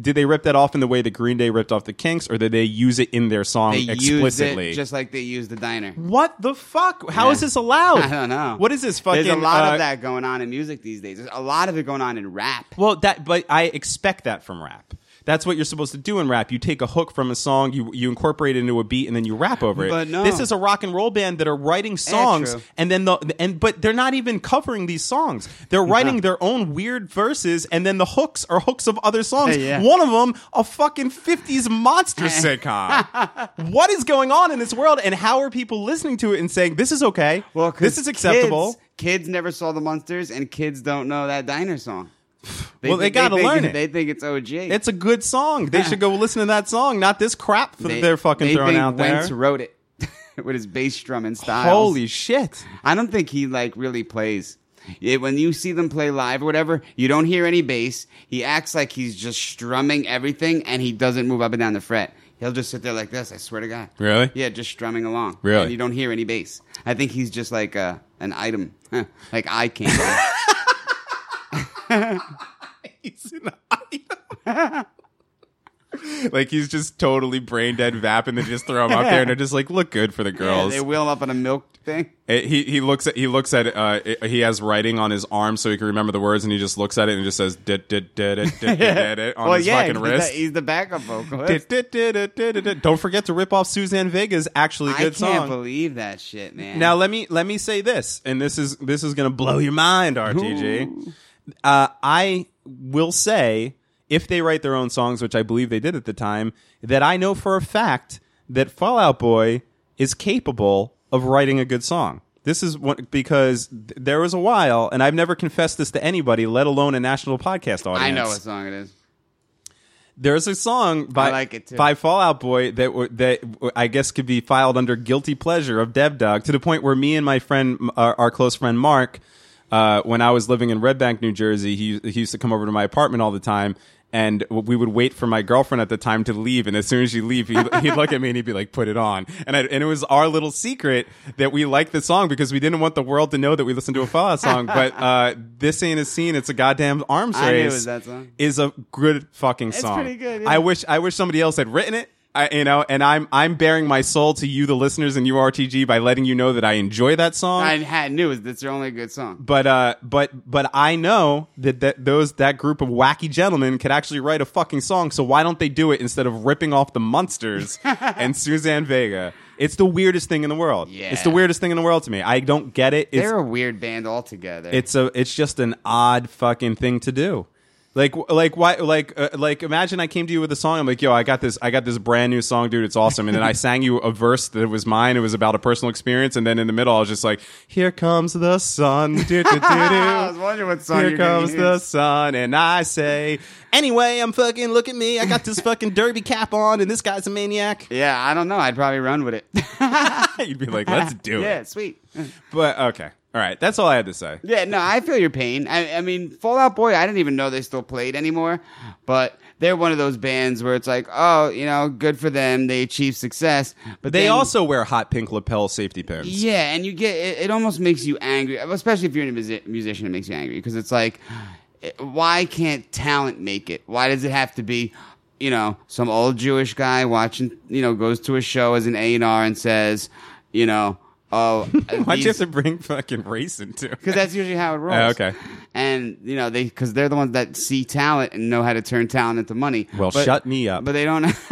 A: did they rip that off in the way that Green Day ripped off the Kinks, or did they use it in their song
B: They
A: Um, explicitly?
B: use it just like they use the diner.
A: what the fuck? How is this allowed?
B: <laughs> I don't know.
A: What is this fucking?
B: There's a lot
A: uh,
B: of that going on in music these days. There's a lot of it going on in rap.
A: Well, that but I expect that from rap. That's what you're supposed to do in rap. You take a hook from a song, you you incorporate it into a beat, and then you rap over it.
B: But no. Eh,
A: This is a rock and roll band that are writing songs,
B: true.
A: and then the and but they're not even covering these songs. They're writing their own weird verses, and then the hooks are hooks of other songs.
B: Yeah. Eh.
A: One of them, a fucking '50s monster
B: <laughs>
A: sitcom. what is going on in this world, and how are people listening to it and saying this is okay?
B: Well, 'cause
A: this is acceptable.
B: Kids, kids never saw the monsters, and kids don't know that
A: <sighs>
B: diner song.
A: Well, they
B: think-
A: gotta
B: think-
A: learn it.
B: They think it's OG.
A: It's a good song. They should
B: <laughs>
A: go listen to that song, not this crap that they, are fucking
B: they
A: throwing
B: think
A: out there.
B: Wentz wrote <laughs> it with his bass drum and style.
A: Holy shit!
B: <laughs> I don't think he like really plays. It, when you see them play live or whatever, you don't hear any bass. He acts like he's just strumming everything, and he doesn't move up and down the fret. He'll just sit there like this. I swear to God.
A: Really?
B: Yeah, just strumming along.
A: Really?
B: And you don't hear any bass. I think he's just like uh, an item, <laughs> like eye candy.
A: He's an idol. like he's just totally brain dead vapping. They just throw him up there and they're just like, look good for the
B: Yeah,
A: girls.
B: they wheel him up on a milk
A: <laughs>
B: thing.
A: It- he he looks at he looks at uh, it- he has writing on his arm so he can remember the words and he just looks at it and just says dit dit dit dit dit dit dit on
B: well,
A: his
B: yeah,
A: fucking
B: he's
A: wrist.
B: The, he's the backup vocalist.
A: Dit, dit, dit, dit, dit, dit, dit. Don't forget to rip off Suzanne Vega's actually
B: I
A: good
B: can't
A: song.
B: believe that shit, man.
A: Now let me let me say this, and this is this is gonna blow your mind, RTG. Uh, I will say if they write their own songs, which I believe they did at the time, that I know for a fact that Fallout Boy is capable of writing a good song. This is what because th- there was a while, and I've never confessed this to anybody, let alone a national podcast audience
B: I know what song it is.
A: there's a song by
B: I like it too.
A: by Fallout Boy that w- that w- I guess could be filed under guilty pleasure of Dev Dog to the point where me and my friend, m- our, our close friend Mark, uh, when I was living in Red Bank, New Jersey, he he used to come over to my apartment all the time. And w- we would wait for my girlfriend at the time to leave, and as soon as she leave, he'd, <laughs> he'd look at me and he'd be like, "Put it on." And I, and it was our little secret that we liked the song because we didn't want the world to know that we listened to a Fallout song. But uh, this ain't a scene; it's a goddamn arms
B: I knew it
A: race
B: was that song.
A: is a good fucking song.
B: pretty good, yeah.
A: I wish I wish somebody else had written it. I, you know, and I'm I'm bearing my soul to you, the listeners, and you RTG by letting you know that I enjoy that song.
B: I had knew it. That's their only good song.
A: but uh, but but I know that, that those that group of wacky gentlemen could actually write a fucking song. So why don't they do it instead of ripping off the
B: <laughs>
A: Munsters and Suzanne Vega? It's the weirdest thing in the world.
B: Yeah.
A: It's the weirdest thing in the world to me. I don't get it. It's
B: They're a weird band altogether.
A: it's a it's just an odd fucking thing to do. Like like why like uh, like imagine I came to you with a song I'm like yo I got this I got this brand new song dude it's awesome
B: <laughs>
A: and then I sang you a verse that was mine it was about a personal experience and then in the middle I was just like here comes the
B: <laughs>
A: sun do, do, do, do.
B: <laughs> I was wondering what song
A: here
B: you're gonna
A: comes
B: use.
A: the sun and I say anyway I'm fucking look at me I got this fucking derby cap on and this guy's a
B: <laughs>
A: maniac <laughs>
B: yeah. I don't know. I'd probably run with it.
A: you'd be like let's
B: <laughs>
A: do
B: yeah,
A: it
B: sweet.
A: but okay all right that's all I had to say
B: Yeah, no, I feel your pain. I, I mean, Fallout Boy, I didn't even know they still played anymore, but they're one of those bands where it's like, oh, you know, good for them, they achieved success, but
A: they
B: then-
A: also wear hot pink lapel safety pins
B: yeah, and you get it, it almost makes you angry, especially if you're a musi- musician. It makes you angry because it's like, it- why can't talent make it? Why does it have to be, you know, some old Jewish guy watching, you know, goes to a show as an A and R and says, you know, oh,
A: Why'd you
B: these-
A: have to bring fucking race into it?
B: because that's usually how it rolls.
A: Oh, okay.
B: And you know they because they're the ones that see talent and know how to turn talent into money.
A: Well, shut me up.
B: But they don't. <laughs>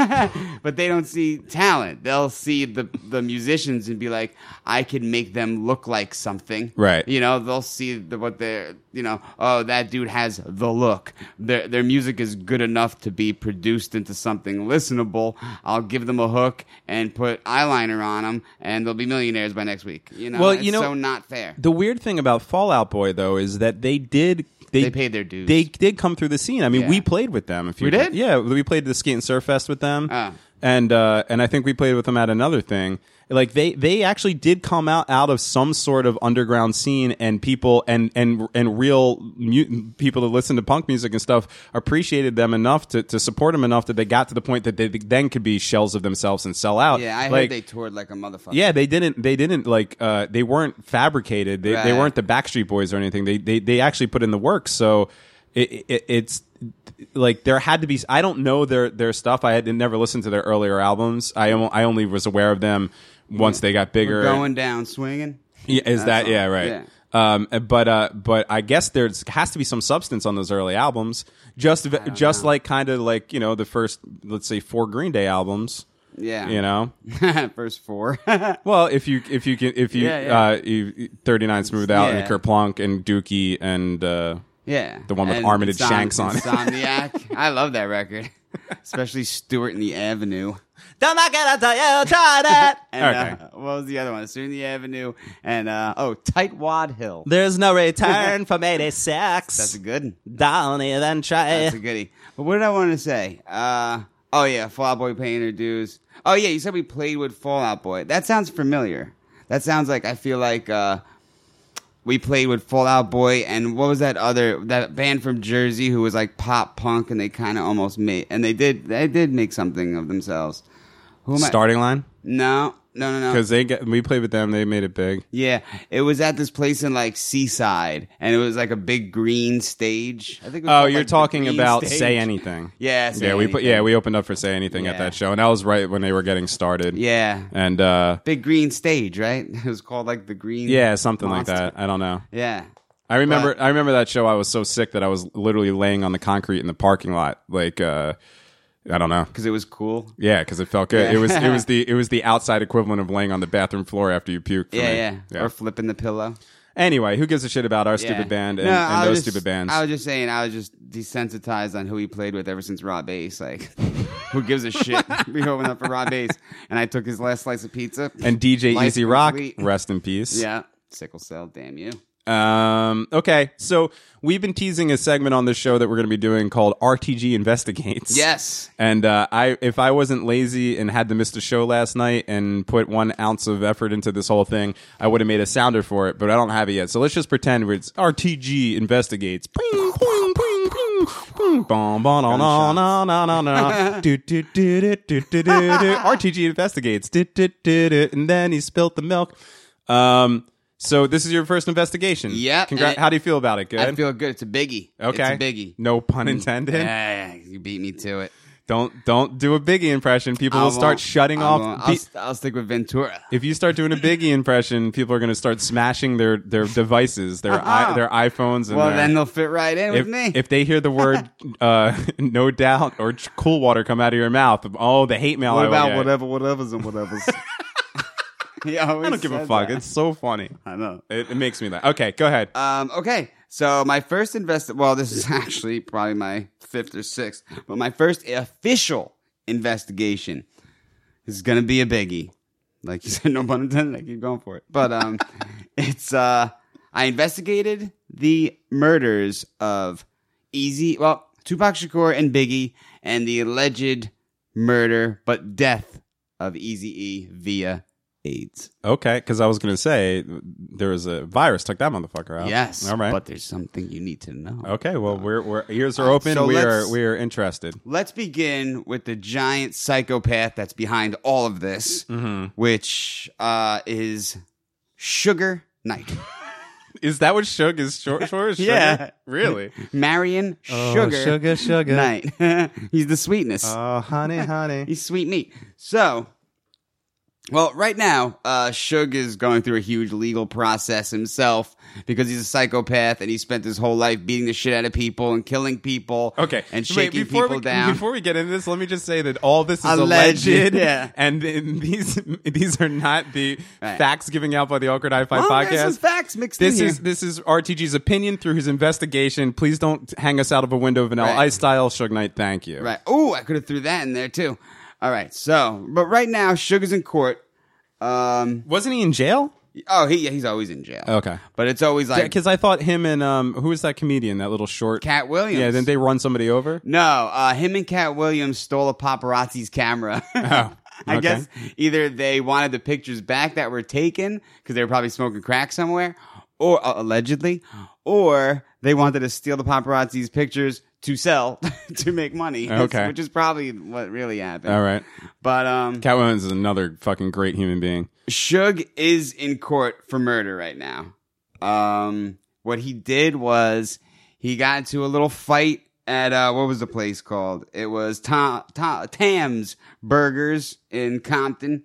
B: but they don't see talent. They'll see the the musicians and be like, I can make them look like something.
A: Right.
B: You know they'll see the, what they're you know oh that dude has the look. Their their music is good enough to be produced into something listenable. I'll give them a hook and put eyeliner on them, and they'll be millionaires by next week. You know.
A: Well,
B: It's
A: you know-
B: so not fair.
A: The weird thing about Fallout Boy though is that they did they,
B: They paid their dues.
A: They did come through the scene. I mean,
B: Yeah.
A: we played with them. If you
B: We did?
A: yeah, we played the Skate and Surf Fest with them,
B: Ah.
A: and uh, and I think we played with them at another thing. Like they they actually did come out out of some sort of underground scene, and people and and and real mu- people that listen to punk music and stuff appreciated them enough to, to support them enough that they got to the point that they then could be shells of themselves and sell out.
B: Yeah, I
A: like,
B: heard they toured like a motherfucker.
A: Yeah, they didn't. They didn't like. Uh, they weren't fabricated. They, they
B: Right.
A: weren't the Backstreet Boys or anything. They they they actually put in the work. So it, it it's like there had to be. I don't know their their stuff. I had never listened to their earlier albums. I on- I only was aware of them once they got bigger.
B: going down swinging.
A: Yeah, is that
B: all.
A: yeah right?
B: Yeah.
A: Um, but uh, but I guess there's has to be some substance on those early albums. Just v- just like kind of like you know the first let's say four Green Day albums.
B: Yeah,
A: You know,
B: <laughs> first four.
A: Well, if you if you can if you
B: Yeah, yeah.
A: uh you, 39 smooth out and
B: Yeah.
A: Kerplunk and Dookie and uh
B: yeah,
A: The one with
B: And
A: Armitage Shanks on it. <laughs>
B: Insomniac. I love that record, <laughs> especially Stuart in the Avenue.
A: Don't I gotta tell you, try that.
B: And
A: okay.
B: uh, what was the other one? Stuart in the Avenue and uh, oh, Tight Wad Hill.
A: <laughs> There's no return from 86.
B: That's a good. one.
A: Don't even try.
B: That's a goodie. But what did I want to say? Uh, oh yeah, Fallout Boy paying their dues. Oh yeah, you said we played with Fallout Boy. That sounds familiar. That sounds like I feel like uh, We played with Fallout Boy and what was that other that band from Jersey who was like pop punk and they kind of almost made and they did they did make something of themselves. Who am I-
A: Starting line
B: No, no, no, no.
A: because they get, we played with them. They made it big.
B: Yeah, it was at this place in like Seaside, and it was like a big green stage. I think. It was
A: Oh,
B: called,
A: you're
B: like, the
A: talking
B: Green
A: about
B: Stage.
A: say anything.
B: <laughs> Yeah, Say
A: yeah, we put
B: Anything.
A: yeah we opened up for say anything at
B: Yeah.
A: that show, and that was right when they were getting started.
B: Yeah,
A: and uh,
B: big green stage, right? <laughs> It was called like the green.
A: yeah, something
B: Monster.
A: like that. I don't know.
B: Yeah,
A: I remember
B: But-
A: I remember that show. I was so sick that I was literally laying on the concrete in the parking lot. Like uh, I don't know.
B: because it was cool.
A: Yeah, because it felt good.
B: Yeah.
A: It was it was the it was the outside equivalent of laying on the bathroom floor after you puked. for
B: Yeah,
A: me.
B: yeah, Or flipping the pillow.
A: Anyway, who gives a shit about our
B: Yeah.
A: stupid band and,
B: No,
A: and
B: I
A: those
B: was just-
A: stupid bands?
B: I was just saying, I was just desensitized on who he played with ever since Rob Bass. Like, who
A: <laughs>
B: gives a shit? <laughs> we opened up for Rob Bass, and I took his last slice of pizza.
A: and DJ
B: Life
A: Easy Rock,
B: complete.
A: rest in peace.
B: yeah, sickle cell, damn you.
A: Um, okay, so we've been teasing a segment on this show that we're going to be doing called RTG Investigates.
B: Yes.
A: And uh, I, if I wasn't lazy and had to miss the show last night and put one ounce of effort into this whole thing, I would have made a sounder for it, but I don't have it yet. So let's just pretend it's RTG investigates. Ping, ping, ping, ping, ping. Bom, bom, no, no, no, no, no, no.
B: <laughs>
A: Do, do, do, do, do, do, do, do. RTG investigates. Do, do, do, do. And then he spilt the milk. Um, so this is your first investigation.
B: Yep,
A: Congra-
B: and-
A: How do you feel about it? Good.
B: I feel good. It's a biggie.
A: okay.
B: It's a biggie.
A: No pun intended.
B: Yeah, you beat me to it.
A: Don't don't do a Biggie impression. People
B: I
A: will start
B: won't-
A: shutting
B: I
A: off.
B: won't.
A: Be-
B: I'll, st- I'll stick with Ventura.
A: if you start doing a Biggie impression, people are going to start smashing their their devices, their i- their iPhones. And
B: Uh-huh. Well,
A: their-
B: then they'll fit right in
A: if,
B: with me.
A: if they hear the
B: <laughs>
A: word uh, <laughs> "no doubt" or ch- "cool water" come out of your mouth, oh, the hate mail. I
B: what
A: will
B: about
A: get.
B: whatever, whatever's,
A: <laughs>
B: and whatever's? <laughs> yeah,
A: I don't give a fuck. It's so funny.
B: I know.
A: It, it makes me laugh. Okay, go ahead.
B: Um, okay, so my first invest. Well, this is <laughs> actually probably my fifth or sixth, but my first official investigation is gonna be a biggie. Like you <laughs> said, no pun intended. I keep going for it, but um,
A: <laughs>
B: it's uh, I investigated the murders of Easy, well, Tupac Shakur and Biggie, and the alleged murder but death of Easy E via AIDS.
A: Okay, because I was going to say there was a virus took that motherfucker out.
B: Yes,
A: Oh, All right.
B: But there's something you need to know.
A: okay. Well, we're, we're ears are open.
B: So
A: we are
B: let's-
A: we are interested.
B: Let's begin with the giant psychopath that's behind all of this,
A: Mm-hmm.
B: which uh, is Sugar Knight.
A: Is that what Suge is short
B: <laughs>
A: for? Sugar?
B: Yeah. <laughs>
A: Really? <laughs>
B: Marion Sugar,
A: Oh,
B: <laughs>
A: sugar.
B: Knight. He's the sweetness.
A: Oh, honey, honey.
B: He's sweet meat. So, well, right now, uh, Suge is going through a huge legal process himself because he's a psychopath and he spent his whole life beating the shit out of people and killing people
A: Okay.
B: and
A: Wait,
B: shaking
A: before
B: people
A: we,
B: down.
A: Before we get into this, let me just say that all this is alleged,
B: Alleged, yeah.
A: <laughs> and then these these are not the
B: Right.
A: facts giving out by the Awkward High Five
B: Well, Oh, there's
A: podcast.
B: some facts mixed
A: This
B: in
A: is
B: here.
A: this is RTG's opinion through his investigation. Please don't hang us out of a window, Vanilla
B: Right.
A: Ice style, Suge Knight. Thank you.
B: Right. Oh, I could have threw that in there too. All right. So, but right now, Sugar's in court. Um.
A: Wasn't he in jail?
B: Oh, he yeah, he's always in jail.
A: Okay.
B: But it's always like
A: Because I thought him and um, who was that comedian? That little short
B: Cat Williams.
A: Yeah. Didn't they run somebody over?
B: No, uh, him and Cat Williams stole a paparazzi's camera. <laughs>
A: Oh,
B: <laughs> I
A: okay.
B: guess either they wanted the pictures back that were taken because they were probably smoking crack somewhere, or uh, allegedly, or they wanted to steal the paparazzi's pictures to sell <laughs> to make money.
A: Okay.
B: which is probably what really happened.
A: All right.
B: but um,
A: Cat Williams is another fucking great human being.
B: Suge is in court for murder right now. Um, what he did was he got into a little fight at uh, what was the place called? It was Tom, Tom, Tam's Burgers in Compton,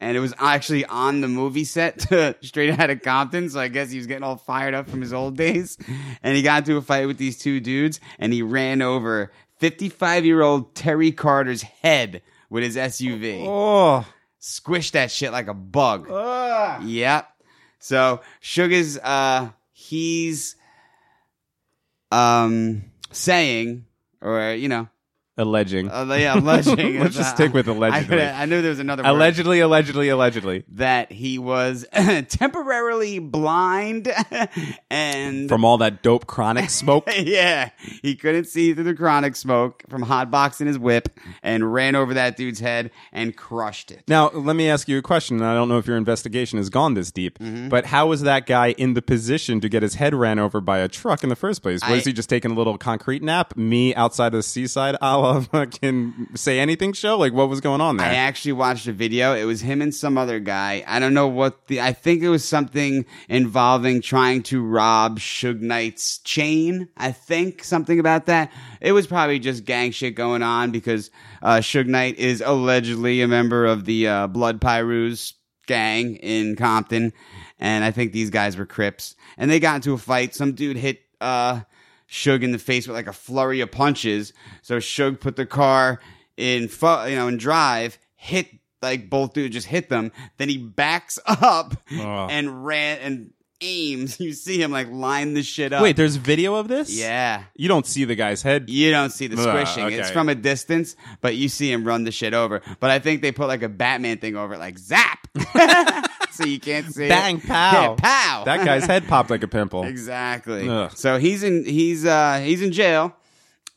B: and it was actually on the movie set <laughs> to straight out of Compton. So I guess he was getting all fired up from his old days, and he got into a fight with these two dudes, and he ran over fifty-five-year-old Terry Carter's head with his SUV
A: Oh,
B: squish that shit like a bug. Yep. So Sugar's uh he's um saying or you know
A: alleging.
B: Uh, yeah,
A: <laughs>
B: alleging. uh,
A: Let's just stick with allegedly.
B: I, I knew there was another word.
A: allegedly, allegedly, allegedly.
B: that he was <laughs> temporarily blind <laughs> and
A: From all that dope chronic smoke.
B: <laughs> yeah, he couldn't see through the chronic smoke from hotboxing his whip and ran over that dude's head and crushed it.
A: Now, let me ask you a question. and I don't know if your investigation has gone this deep,
B: Mm-hmm.
A: but how was that guy in the position to get his head ran over by a truck in the first place? Was
B: I-
A: he just taking a little concrete nap? Me outside of the seaside, <laughs> a la fucking say anything show? Like, what was going on there?
B: I actually watched a video. It was him and some other guy. I don't know what the. I think it was something involving trying to rob Suge Knight's chain. I think something about that. It was probably just gang shit going on because uh, Suge Knight is allegedly a member of the uh, Blood Pyrus gang in Compton, and I think these guys were Crips. And they got into a fight. Some dude hit. Uh, Suge in the face with like a flurry of punches. So Suge put the car in, fu- you know, in drive, hit like both dudes just hit them. Then he backs <laughs> up
A: Oh.
B: and ran and aims. <laughs> You see him like line the shit up.
A: Wait, there's video of this?
B: yeah.
A: You don't see the guy's head.
B: You don't see the
A: Ah,
B: squishing. It's
A: okay.
B: from a distance, but you see him run the shit over. But I think they put like a Batman thing over it, like zap. <laughs> so you can't see it.
A: Bang, pow.
B: Yeah, pow.
A: That
B: <laughs>
A: guy's head popped like a pimple.
B: Exactly.
A: Ugh.
B: So he's in he's uh he's in jail,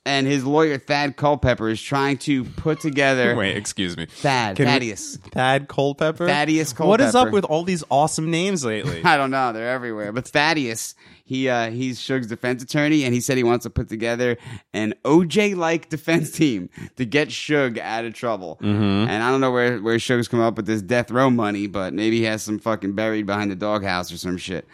B: and his lawyer Thad Culpepper is trying to put together
A: Wait, excuse me.
B: Thad
A: Can we-
B: Thaddeus.
A: Thad Culpepper?
B: Thaddeus
A: What is up
B: Culpepper.
A: with all these awesome names lately?
B: <laughs> I don't know. They're everywhere. But Thaddeus, he uh, he's Suge's defense attorney, and he said he wants to put together an OJ-like defense team to get Suge out of trouble.
A: Mm-hmm.
B: And I don't know where where Suge's come up with this death row money, but maybe he has some fucking buried behind the doghouse or some shit.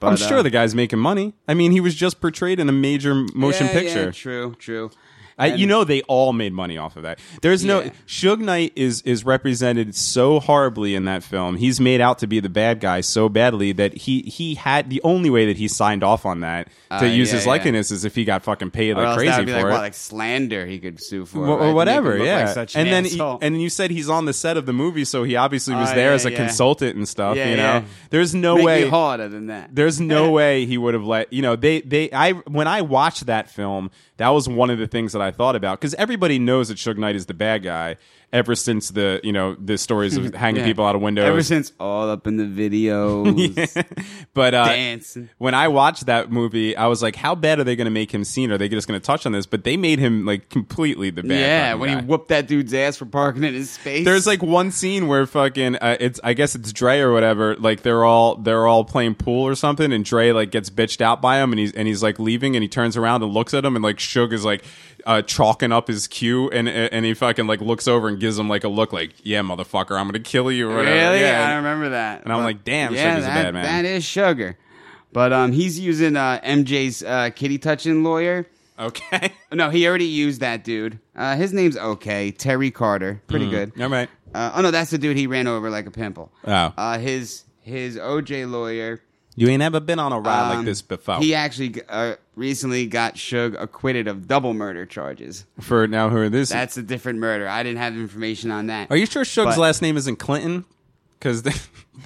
B: But,
A: I'm sure
B: uh,
A: the guy's making money. I mean, he was just portrayed in a major m- motion
B: yeah, yeah,
A: picture.
B: true, true.
A: I, you
B: And-
A: know they all made money off of that. There's no
B: Yeah.
A: Suge Knight is is represented so horribly in that film. He's made out to be the bad guy so badly that he he had the only way that he signed off on that to
B: Uh,
A: use
B: yeah,
A: his
B: yeah.
A: likeness is if he got fucking paid
B: or
A: like
B: else
A: crazy
B: that would be
A: for
B: like,
A: it.
B: what, like slander he could sue for
A: Or- or,
B: right, to make
A: whatever,
B: him look
A: yeah.
B: like such
A: and
B: an
A: then
B: asshole.
A: and you said he's on the set of the movie, so he obviously was
B: Oh,
A: there
B: yeah,
A: as a
B: yeah.
A: consultant and stuff.
B: Yeah,
A: you know,
B: yeah.
A: there's no
B: Make me
A: way
B: harder than that.
A: there's no way he would have let you know they they I when I watched that film that was one of the things that I thought about because everybody knows that Suge Knight is the bad guy ever since the you know the stories of hanging
B: <laughs> Yeah.
A: people out of windows
B: Ever since all
A: <laughs>
B: up in the videos,
A: but uh,
B: Dancing.
A: when I watched that movie I was like how bad are they going to make him seen are they just going to touch on this but they made him like completely the bad
B: yeah,
A: fucking
B: when
A: guy.
B: he whooped that dude's ass for parking in his space.
A: There's like one scene where fucking uh, it's I guess it's Dre or whatever. Like they're all they're all playing pool or something, and Dre like gets bitched out by him, and he's and he's like leaving, and he turns around and looks at him, and like Suge is like uh, chalking up his cue, and and he fucking like looks over and gives him like a look, like yeah, motherfucker, I'm gonna kill you or
B: really,
A: whatever.
B: I
A: Yeah.
B: remember that.
A: And I'm like, damn,
B: yeah,
A: Sugar's a
B: that,
A: bad man.
B: that is sugar. But um, he's using uh, MJ's uh, kitty touching lawyer.
A: okay. <laughs>
B: No, he already used that dude. Uh, his name's okay, Terry Carter, pretty good.
A: all right.
B: Uh, oh no, that's the dude he ran over like a pimple.
A: Oh.
B: Uh, his his OJ lawyer.
A: You ain't ever been on a ride
B: um,
A: like this before.
B: He actually uh, recently got Suge acquitted of double murder charges.
A: <laughs> For now, who are this?
B: That's a different murder. I didn't have information on that.
A: are you sure Suge's
B: But-
A: last name isn't Clinton? Because <laughs> the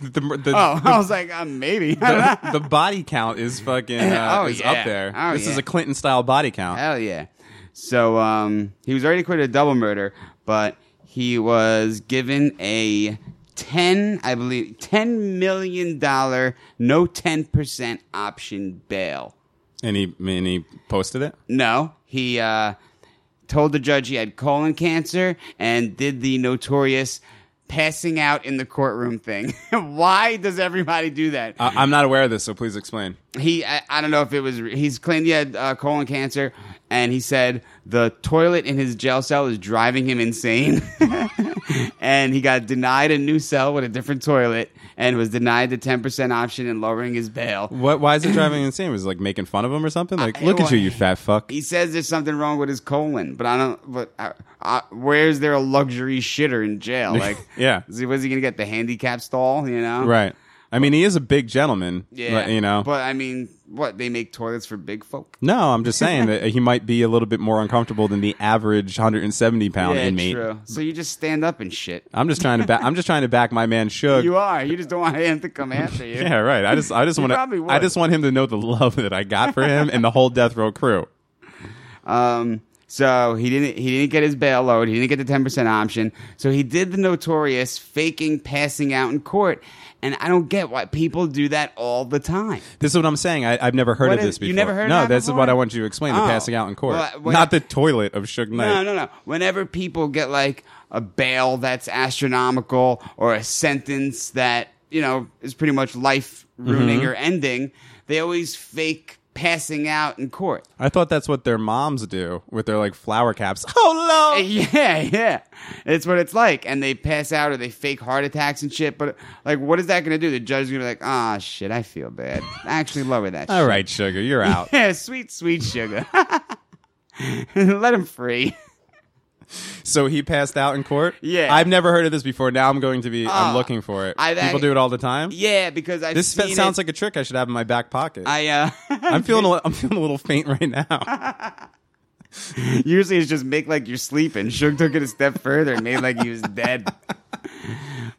A: the, the,
B: <laughs> Oh, I was like, uh,
A: <laughs>
B: maybe. <laughs>
A: the, the body count is fucking uh,
B: Oh,
A: is
B: yeah.
A: up there.
B: Oh,
A: this is
B: yeah.
A: a Clinton style body count.
B: Hell yeah. So um, he was already acquitted of double murder, but he was given a ten, I believe, ten million dollar, no ten percent option bail.
A: And he and he posted it.
B: No, he uh, told the judge he had colon cancer and did the notorious passing out in the courtroom thing. <laughs> Why does everybody do that?
A: I, I'm not aware of this, so please explain.
B: he I, I don't know if it was he's claimed he had uh, colon cancer and he said the toilet in his jail cell is driving him insane <laughs> and he got denied a new cell with a different toilet and was denied the 10% option in lowering his bail
A: What? Why is it driving insane? Was it, like making fun of him or something? Like,
B: I-
A: look at
B: well,
A: you, you fat fuck.
B: he says there's something wrong with his colon but i don't but I, I, where's there a luxury shitter
A: <laughs>
B: in jail like
A: Yeah.
B: is he, was he gonna get the handicap stall you know
A: Right. I mean, he is a big gentleman.
B: yeah
A: but, you know.
B: but i mean what they make toilets for big folk
A: no, I'm just saying that he might be a little bit more uncomfortable than the average 170 pound inmate.
B: true. So you just stand up and shit.
A: I'm just trying to back. I'm just trying to back my man Shug.
B: <laughs> You are. You just don't want him to come after you.
A: <laughs> yeah, right. I just, I just want
B: probably
A: to, <laughs>
B: would.
A: I just want him to know the love that I got for him and the whole Death Row crew.
B: Um. So he didn't he didn't get his bail load. He didn't get the ten percent option. So he did the notorious faking passing out in court. And I don't get why people do that all the time.
A: This is what I'm saying. I, I've never heard
B: What
A: of this
B: is-
A: before.
B: you never heard of
A: no,
B: that
A: this is
B: before?
A: what I want you to explain. The
B: Oh.
A: passing out in court,
B: Well, when-
A: not the toilet of Suge Knight.
B: No, no, no. Whenever people get like a bail that's astronomical or a sentence that, you know, is pretty much life ruining or ending, they always fake passing out in court.
A: I thought that's what their moms do with their like flower caps. Oh no!
B: <laughs> Yeah, yeah. It's what it's like. And they pass out or they fake heart attacks and shit. But like, what is that going to do? The judge is going to be like, ah, shit, I feel bad. Actually, lower that
A: All
B: shit. <laughs>
A: right, sugar, you're out.
B: Yeah, sweet, sweet sugar. <laughs> Let him free.
A: so he passed out in court.
B: Yeah.
A: I've never heard of this before. Now I'm going to be. I'm
B: Oh,
A: looking for it.
B: I- I-
A: People do it all the time.
B: Yeah, because I've
A: This
B: seen
A: sounds
B: it.
A: like a trick I should have in my back pocket. I,
B: I uh, <laughs>
A: am feeling. A, li- I'm feeling a little faint right now.
B: Usually it's just make like you're sleeping. Suge took it a step further and made like he was dead.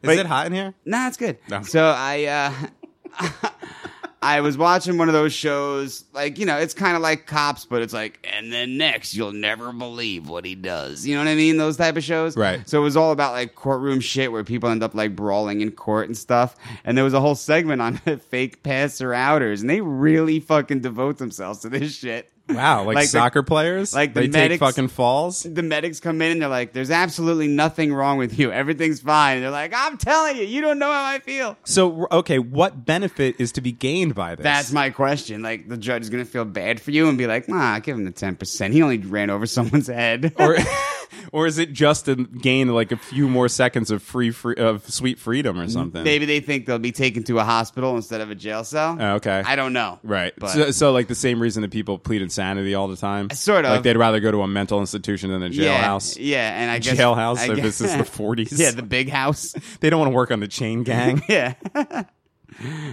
A: Is
B: Wait.
A: it hot in here?
B: <laughs> Nah, it's good.
A: No.
B: So I uh <laughs> I was watching one of those shows, like, you know, it's kinda like cops, but it's like, and then next you'll never believe what he does. You know what I mean? Those type of shows.
A: Right.
B: So it was all about like courtroom shit where people end up like brawling in court and stuff. And there was a whole segment on <laughs> fake passer outers, and they really fucking devote themselves to this shit.
A: Wow, like,
B: Like the-
A: soccer players.
B: like the
A: they
B: medics-
A: take fucking falls.
B: the medics come in and they're like, "There's absolutely nothing wrong with you. Everything's fine." And they're like, "I'm telling you, you don't know how I feel."
A: So okay, what benefit is to be gained by this?
B: That's my question. Like, the judge is gonna feel bad for you and be like, "Nah, give him the ten percent. He only ran over <laughs> someone's head." <laughs>
A: or <laughs> or is it just to gain like a few more seconds of free, free of sweet freedom or something?
B: Maybe they think they'll be taken to a hospital instead of a jail cell.
A: Oh, okay.
B: I don't know.
A: Right.
B: But
A: so, so like the same reason that people plead insanity all the time.
B: Sort of.
A: Like they'd rather go to a mental institution than a
B: yeah,
A: jailhouse.
B: Yeah, and I guess
A: Jailhouse,
B: I
A: if
B: guess-
A: this is the 40s.
B: <laughs> yeah, the big house.
A: They don't want to work on the chain
B: <laughs>
A: gang.
B: Yeah.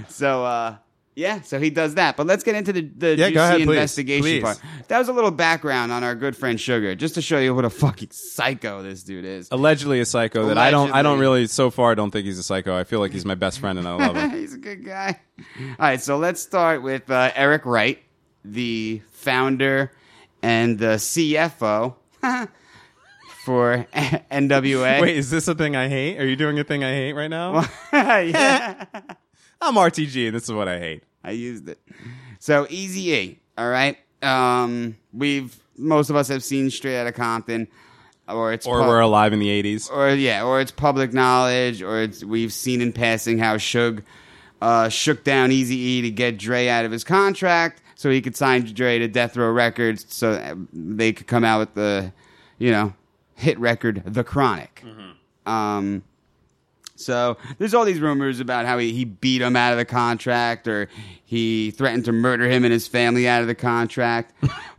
B: so uh yeah, so he does that. But let's get into the, the
A: Yeah, go
B: juicy
A: ahead, please.
B: investigation
A: Please.
B: part. That was a little background on our good friend Sugar, just to show you what a fucking psycho this dude is.
A: Allegedly a psycho that I don't I don't
B: Allegedly.
A: really so far I don't think he's a psycho. I feel like he's my best friend and I love him.
B: <laughs> He's a good guy. All right, so let's start with uh, Eric Wright, the founder and the CFO <laughs> for NWA.
A: Wait, is this a thing I hate? Are you doing a thing I hate right now?
B: <laughs>
A: <laughs>
B: yeah.
A: I'm RTG and this is what I hate.
B: I used it. So Easy E, all right. Um, we've most of us have seen Straight Outta Compton, or it's
A: Or
B: pub-
A: we're alive in the
B: <clears throat>
A: 80s.
B: or yeah, or it's public knowledge, or it's we've seen in passing how Suge uh, shook down Easy E to get Dre out of his contract so he could sign Dre to Death Row Records, so that they could come out with the, you know, hit record, The Chronic. Um, so there's all these rumors about how he, he beat him out of the contract or he threatened to murder him and his family out of the contract.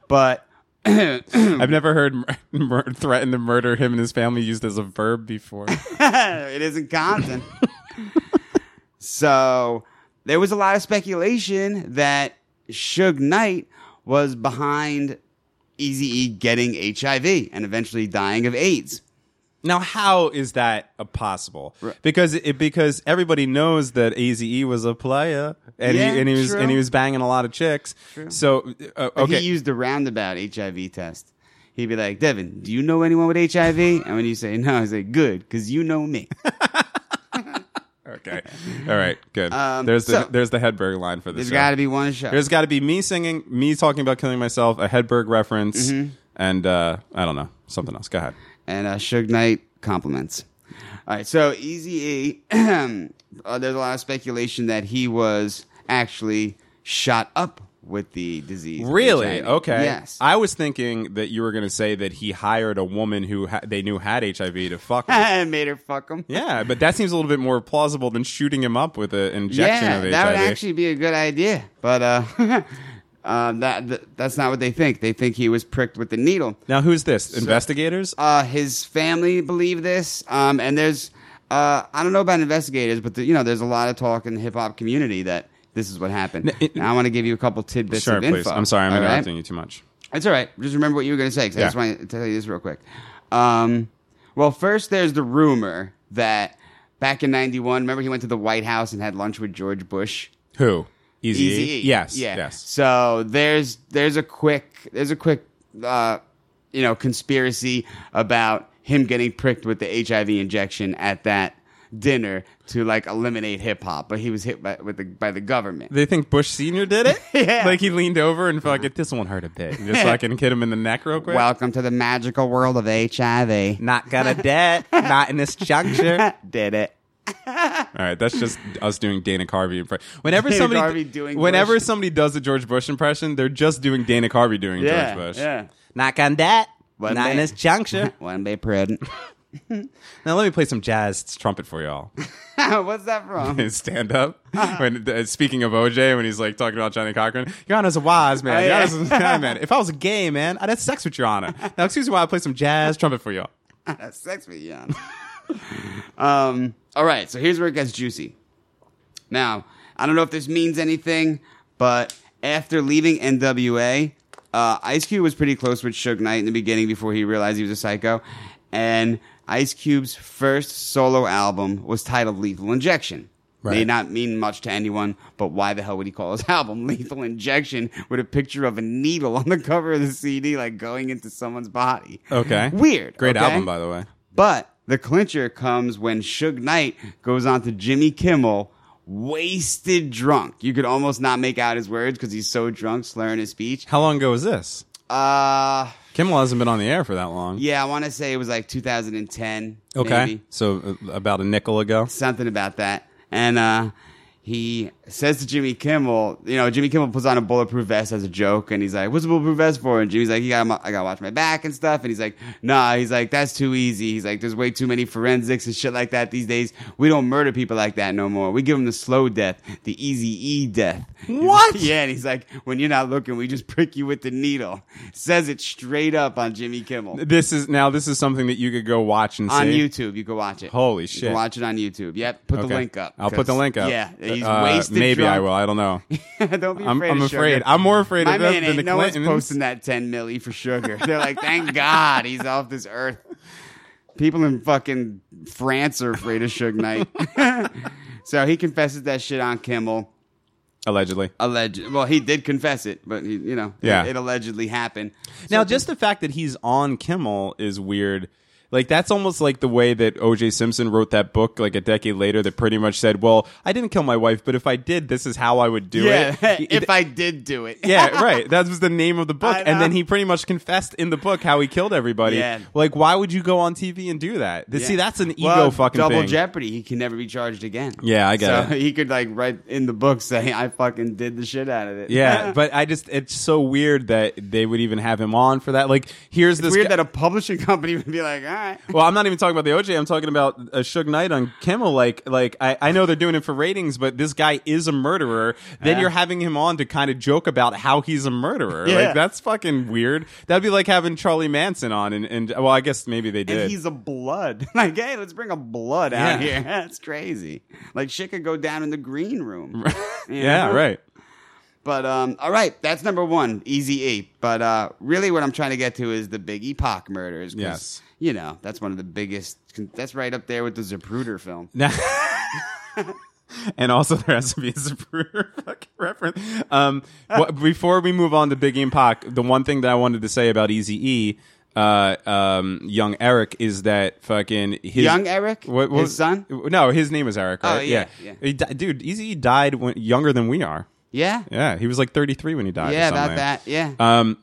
B: but
A: I've never heard mur- <laughs> mur- threaten to murder him and his family used as a verb before.
B: <laughs> it isn't Compton. so there was a lot of speculation that Suge Knight was behind Easy E getting HIV and eventually dying of AIDS.
A: Now, how is that uh, possible? Because it, because everybody knows that Aze was a player, and
B: Yeah,
A: he and he was
B: true.
A: and he was banging a lot of chicks. So uh,
B: But
A: okay,
B: He used the roundabout HIV test. He'd be like, Devin, do you know anyone with HIV? And when you say no, he's like, good, because you
A: <laughs>
B: know me.
A: okay, all right, good.
B: Um,
A: there's the
B: so-
A: there's the Hedberg line for this.
B: There's
A: show.
B: got to be one show.
A: there's got to be me singing, me talking about killing myself, a Hedberg reference,
B: Mm-hmm.
A: and uh, I don't know something else. Go ahead.
B: and uh, Suge Knight compliments. All right, so Easy E, <clears throat> uh, there's a lot of speculation that he was actually shot up with the disease.
A: Really?
B: HIV.
A: Okay.
B: Yes.
A: I was thinking that you were going to say that he hired a woman who ha- they knew had HIV to fuck. With.
B: <laughs> I made her fuck him.
A: Yeah, but that seems a little bit more plausible than shooting him up with an injection
B: Yeah,
A: of HIV.
B: that would actually be a good idea, but uh, <laughs> uh, that, that that's not what they think. They think he was pricked with the needle.
A: now, who's this? Investigators?
B: Uh, his family believe this, um, and there's uh, I don't know about investigators, but the, you know there's a lot of talk in the hip hop community that this is what happened.
A: it-
B: now, I want to give you a couple tidbits
A: sure,
B: of
A: please.
B: info.
A: I'm sorry, I'm
B: All right?
A: interrupting you too much.
B: It's all right. Just remember what you were going to say. 'cause I
A: Yeah.
B: just want to tell you this real quick. Um, well, first, there's the rumor that back in '91, remember he went to the White House and had lunch with George Bush.
A: Who? Easy. E?
B: Easy. E.
A: Yes. Yes.
B: So there's there's a quick there's a quick uh, you know conspiracy about him getting pricked with the HIV injection at that dinner to like eliminate hip hop, but he was hit by, with the, by the government.
A: They think Bush Senior did it.
B: <laughs> Yeah.
A: like he leaned over and felt like this won't hurt a bit. And
B: <laughs>
A: Just fucking hit him in the neck real quick.
B: Welcome to the magical world of HIV.
A: not gonna
B: <laughs>
A: debt. not in this juncture.
B: Did it.
A: All right, that's just us doing Dana Carvey impression. Whenever
B: Dana
A: somebody
B: Carvey doing
A: whenever
B: Bush.
A: somebody does a George Bush impression, they're just doing Dana Carvey doing
B: Yeah,
A: George Bush. <laughs>
B: yeah.
A: Not gonna debt.
B: One Not in day. this <laughs>
A: juncture.
B: One day prudent.
A: now let me play some jazz trumpet for y'all. <laughs>
B: What's that from?
A: His stand up.
B: Uh-huh.
A: when uh, speaking of OJ, when he's like talking about Johnny Cochran, Your Honor's a wise man.
B: Oh,
A: Your
B: yeah. <laughs>
A: Honor's a wise man. If I was a gay man, I'd have sex with Your Honor. Now excuse me while I play some jazz trumpet for y'all.
B: That's <laughs> sex with Yana. um, all right, so here's where it gets juicy. Now, I don't know if this means anything, but after leaving NWA, uh, Ice Cube was pretty close with Suge Knight in the beginning before he realized he was a psycho. And Ice Cube's first solo album was titled Lethal Injection.
A: Right.
B: May not mean much to anyone, but why the hell would he call his <laughs> album Lethal Injection with a picture of a needle on the cover of the CD, like going into someone's body?
A: Okay.
B: Weird.
A: Great
B: okay?
A: album, by the way.
B: But the clincher comes when Suge Knight goes on to Jimmy Kimmel, wasted drunk. You could almost not make out his words because he's so drunk, slurring his speech.
A: How long ago was this?
B: Uh,
A: Kimmel hasn't been on the air for that long.
B: yeah, I want to say it was like 2010.
A: Okay.
B: maybe.
A: So uh, about a nickel ago.
B: something about that. And uh, he says to Jimmy Kimmel, you know, Jimmy Kimmel puts on a bulletproof vest as a joke, and he's like, "What's a bulletproof vest for?" And Jimmy's like, "You got, I gotta watch my back and stuff." And he's like, "Nah," he's like, "That's too easy." He's like, "There's way too many forensics and shit like that these days. We don't murder people like that no more. We give them the slow death, the easy E death."
A: What?
B: <laughs> yeah, and he's like, "When you're not looking, we just prick you with the needle." Says it straight up on Jimmy Kimmel.
A: This is now this is something that you could go watch and
B: on
A: see.
B: YouTube. You can watch it.
A: Holy
B: You can
A: shit.
B: watch it on YouTube. Yep, put
A: Okay.
B: the link up.
A: I'll put the
B: 'cause-
A: link up.
B: Yeah, he's
A: Uh,
B: wasted.
A: Maybe I
B: drunk.
A: will. I don't
B: <laughs>
A: know.
B: Don't be afraid.
A: I'm- I'm
B: of
A: afraid.
B: Sugar.
A: I'm more afraid of
B: My
A: them
B: man
A: than
B: ain't-
A: the
B: no one's
A: Clintons.
B: posting that 10 milli for sugar. <laughs> They're like, thank God he's off this earth. People in fucking France are afraid of Suge Knight. <laughs> so he confesses that shit on Kimmel.
A: Allegedly.
B: Alleged. Well, he did confess it, but he, you know,
A: Yeah.
B: it, it allegedly happened.
A: Now, just the fact that he's on Kimmel is weird. Like that's almost like the way that O.J. Simpson wrote that book, like a decade later, that pretty much said, "Well, I didn't kill my wife, but if I did, this is how I would do
B: yeah, <laughs>
A: it."
B: if I did do it,
A: <laughs> yeah, right. That was the name of the book,
B: I know.
A: and then he pretty much confessed in the book how he killed everybody.
B: Yeah.
A: Like, why would you go on TV and do that? Th- See,
B: Yeah.
A: that's an ego
B: Well,
A: fucking
B: double
A: thing.
B: jeopardy. He can never be charged again.
A: Yeah, I get
B: so
A: it.
B: <laughs> He could like write in the book saying, "I fucking did the shit out of it." <laughs>
A: Yeah, but I just it's so weird that they would even have him on for that. Like, here's this
B: it's weird
A: guy-
B: that a publishing <laughs> company would be like, "All right."
A: Well, I'm not even talking about the OJ. I'm talking about uh, Suge Knight on Kimmel. Like, like I, I know they're doing it for ratings, but this guy is a murderer. Then you're having him on to kind of joke about how he's a murderer.
B: Yeah.
A: Like, that's fucking weird. That'd be like having Charlie Manson on, and, and well, I guess maybe they
B: And
A: did.
B: he's a blood. <laughs> Like, hey, let's bring a blood out
A: Yeah.
B: here. <laughs> That's crazy. Like, shit could go down in the green
A: <laughs>
B: room. You
A: yeah,
B: know?
A: right.
B: But um, all right, that's number one, Easy E. But uh, really, what I'm trying to get to is the Big Epoch murders. 'cause,
A: Yes.
B: you know that's one of the biggest. That's right up there with the Zapruder film.
A: Now- and also <laughs> there has to be a Zapruder <laughs> fucking reference. Um,
B: Ah.
A: wha- before we move on to Big and Pac, the one thing that I wanted to say about Easy E, uh, um, young Eric, is that fucking his
B: Young Eric? His son?
A: No, his name is Eric.
B: Oh,
A: Right?
B: yeah, yeah.
A: He di- dude. Easy E died when, younger than we are.
B: Yeah,
A: Yeah, he was like 33 when he died. or
B: yeah, about
A: something.
B: that. Yeah,
A: Um,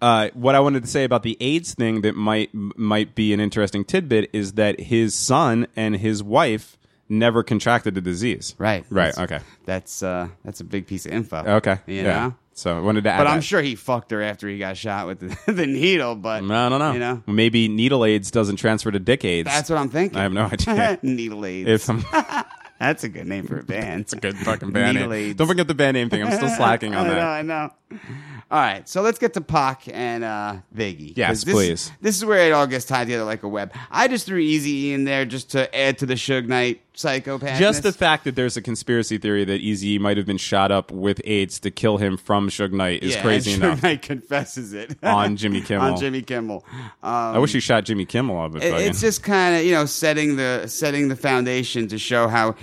A: uh, what I wanted to say about the AIDS thing that might might be an interesting tidbit is that his son and his wife never contracted the disease.
B: right,
A: Right.
B: That's-
A: Okay.
B: That's uh, that's a big piece of info.
A: Okay.
B: you
A: yeah.
B: know.
A: So I wanted to add.
B: But I'm
A: that.
B: sure he fucked her after he got shot with the, <laughs> the needle. But
A: I don't know.
B: You know,
A: Maybe needle AIDS doesn't transfer to dick AIDS.
B: that's what I'm thinking.
A: I have
B: <laughs>
A: no idea.
B: needle AIDS.
A: if I'm <laughs>
B: That's a good name for a band.
A: it's a good fucking band
B: Needle
A: name.
B: AIDS.
A: Don't forget the band name thing. I'm still slacking
B: <laughs>
A: on
B: I know,
A: that.
B: I know. All right, so let's get to Pac and uh, Biggie.
A: Yes,
B: 'Cause this,
A: please.
B: This is where it all gets tied together like a web. I just threw Easy in there just to add to the Suge Knight psychopath.
A: Just the fact that there's a conspiracy theory that Easy might have been shot up with AIDS to kill him from Suge Knight is
B: yeah,
A: crazy
B: and
A: enough.
B: Suge Knight confesses it
A: <laughs> On Jimmy Kimmel.
B: <laughs> on Jimmy Kimmel. Um,
A: I wish he shot Jimmy Kimmel up. It,
B: It- it's just kind of you know setting the setting the foundation to show how